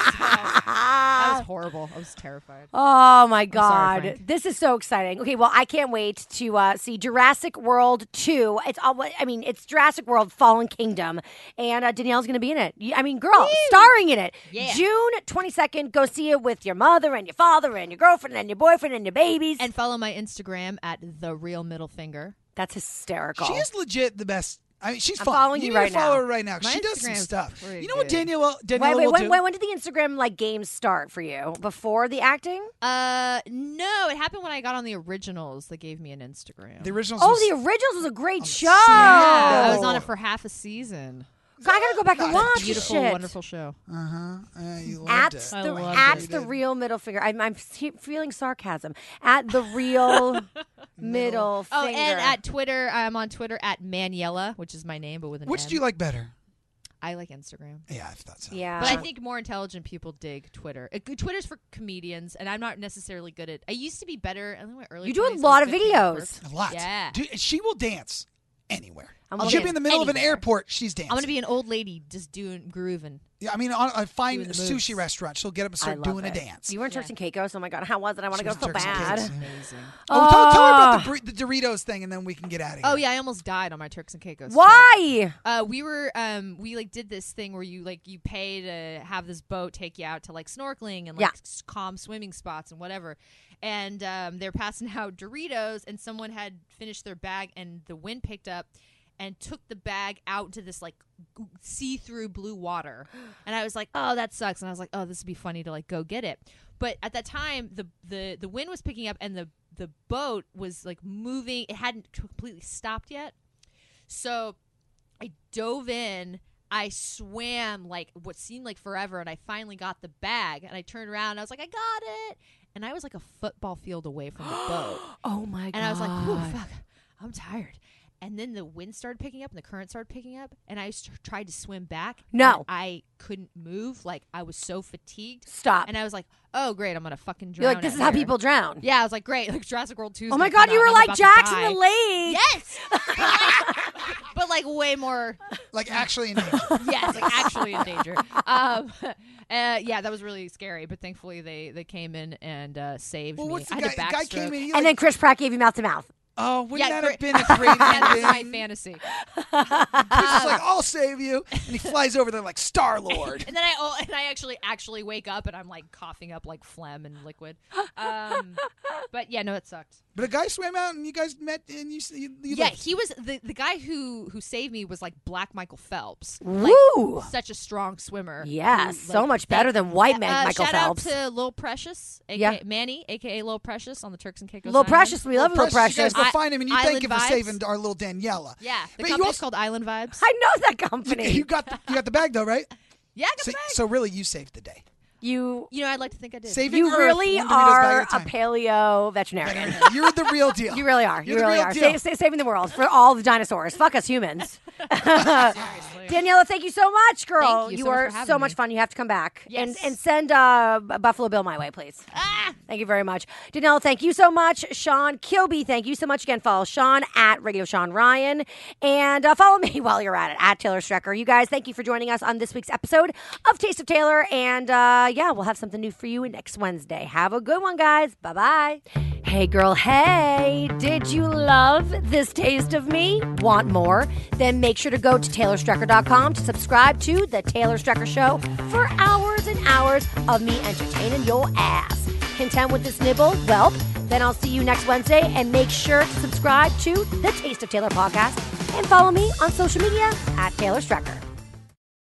that was horrible. I was terrified.
Oh my
sorry,
god,
Frank.
this is so exciting! Okay, well, I can't wait to uh, see Jurassic World two. It's all, I mean, it's Jurassic World Fallen Kingdom, and uh, Danielle's going to be in it. You- I mean, girl, starring in it.
Yeah.
June twenty second. Go see it with your mother and your father and your girlfriend and your boyfriend and your babies.
And follow my Instagram at the real middle finger.
That's hysterical.
She is legit the best. I mean, she's
I'm
fun.
following you
need to
right
follow
now.
her right now. 'cause
My
she does some
Instagram's
stuff.
pretty
You know what
good.
Danielle Danielle
Wait, wait,
will
when,
do?
when, when did the Instagram like games start for you? Before the acting?
Uh, no, it happened when I got on the originals. They gave me an Instagram.
the originals.
Oh,
was-
the originals was a great show.
yeah, I Oh, was on it
Oh.
for half a season.
I gotta go back and
Not a
watch
Beautiful,
shit.
wonderful show.
Uh-huh. Uh, you
At
loved it.
I
the
loved
at
it.
the real middle finger. I'm I'm fe- feeling sarcasm. At the real middle
Oh,
finger.
and at Twitter, I'm on Twitter at Maniela, which is my name, but with an
Which
M.
do you like better?
I like Instagram.
Yeah, I thought so.
yeah.
But I think more intelligent people dig Twitter. Uh, good- Twitter's for comedians, and I'm not necessarily good at. I used to be better. I think my early
You do a
20s, I
lot
was
of
good at getting
videos.
A
work.
lot.
Yeah,
Dude, she will dance anywhere.
I'm
She'll
gonna-
be in the middle of an
anywhere.
airport. She's dancing.
I'm gonna be an old lady just doing grooving.
Yeah, I mean, on a fine
Doing the
sushi
moves.
restaurant, she'll get up and
I
start
love
doing
it.
a dance.
You were in Turks and Caicos. Oh my god, how was it? I want to
She
go
was
so
Turks and
bad.
Caicos.
Amazing.
Oh, tell, tell her about the, bur- the Doritos thing, and then we can get out of here.
Oh yeah, I almost died on my Turks and Caicos. trip.
Why?
Uh, we were um, we like did this thing where you like you pay to have this boat take you out to like snorkeling and like
Yeah.
s- calm swimming spots and whatever. And um, they're passing [LAUGHS] out Doritos, and someone had finished their bag, and the wind picked up and took the bag out into this like g- see-through blue water. And I was like, "Oh, that sucks." And I was like, "Oh, this would be funny to like go get it." But at that time, the the the wind was picking up, and the the boat was like moving. It hadn't completely stopped yet. So I dove in. I swam like what seemed like forever, and I finally got the bag. And I turned around, and I was like, I got it. And I was like a football field away
[GASPS]
from the boat.
Oh my god.
And I was like, Whew, fuck, I'm tired. And then the wind started picking up and the current started picking up. And I s- tried to swim back. and
No.
I couldn't move. Like, I was so fatigued.
Stop.
And I was like, oh, great, I'm going to fucking drown.
You're like, this
out
is how
here."
people drown.
Yeah, I was like, great. [LAUGHS] Like, Jurassic World 2. 's
Oh my
gonna come
god, you
out
were
and I'm
like
about to
Jackson
die.
the Lake.
Yes. [LAUGHS] but like way more
Like, actually, in danger.
yes, like actually in danger. Um, [LAUGHS] uh, yeah, that was really scary, but thankfully they they came in and uh, saved
well,
me.
what's the
I
guy?
had a
guy came in.
backstroke.
He
And
like,
then Chris Pratt gave you mouth to mouth.
oh, wouldn't
Yeah,
that have
great-
been
[LAUGHS]
a great
Yeah, that's my
ending?
fantasy.
Chris is like, I'll save you, and he flies over there like Star Lord.
[LAUGHS] And then I oh, and I actually actually wake up and I'm like coughing up like phlegm and liquid. Um, but yeah, no, it sucked.
But a guy swam out, and you guys met, and you. s- you, you
yeah,
lived.
he was the, the guy who who saved me was like Black Michael Phelps.
Woo.
Like, such a strong swimmer.
Yes,
who,
so much better than white man
uh,
Michael
shout
Phelps.
out to Lil Precious, aka
Yeah.
Manny, aka Lil Precious on the Turks and Caicos.
Little
Island.
Precious, we love Little
Precious, You
Precious.
guys go
I-
find him, and you thank
Island
him for
vibes.
saving our little Daniela.
Yeah, the
but you
company's
also
called Island Vibes.
I know that
you,
company.
you got the, you got the bag though, right?
yeah, I got
So,
[LAUGHS] the bag.
so really, you saved the day.
you
you know, I'd like to think I did.
Saving
you
Earth,
really
one Doritos bag
are
at
a
time.
paleo veterinarian.
You're the
[LAUGHS]
real deal.
You really are.
You're
You
the
really
real
are.
deal.
Sa- sa- saving the world for all the dinosaurs. Fuck us humans.
[LAUGHS]
[LAUGHS] Daniela, thank you so much, girl.
Thank you so much
are
for having
so much
me.
fun. You have to come back. And,
Yes.
and send uh, B- Buffalo Bill my way, please. Thank you very much. Danielle, thank you so much. Sean Kilby, thank you so much again. Follow Sean at Radio Sean Ryan. And uh, follow [LAUGHS] me while you're at it, at Taylor Strecker. You guys, thank you for joining us on this week's episode of Taste of Taylor. And uh, yeah, we'll have something new for you next Wednesday. Have a good one, guys. Bye bye. Hey, girl, hey. Did you love this taste of me? Want more? Then make sure to go to TaylorStrecker.com to subscribe to The Taylor Strecker Show for hours and hours of me entertaining your ass content with this nibble? Well, then I'll see you next Wednesday and make sure to subscribe to the Taste of Taylor podcast and follow me on social media at Taylor Strecker.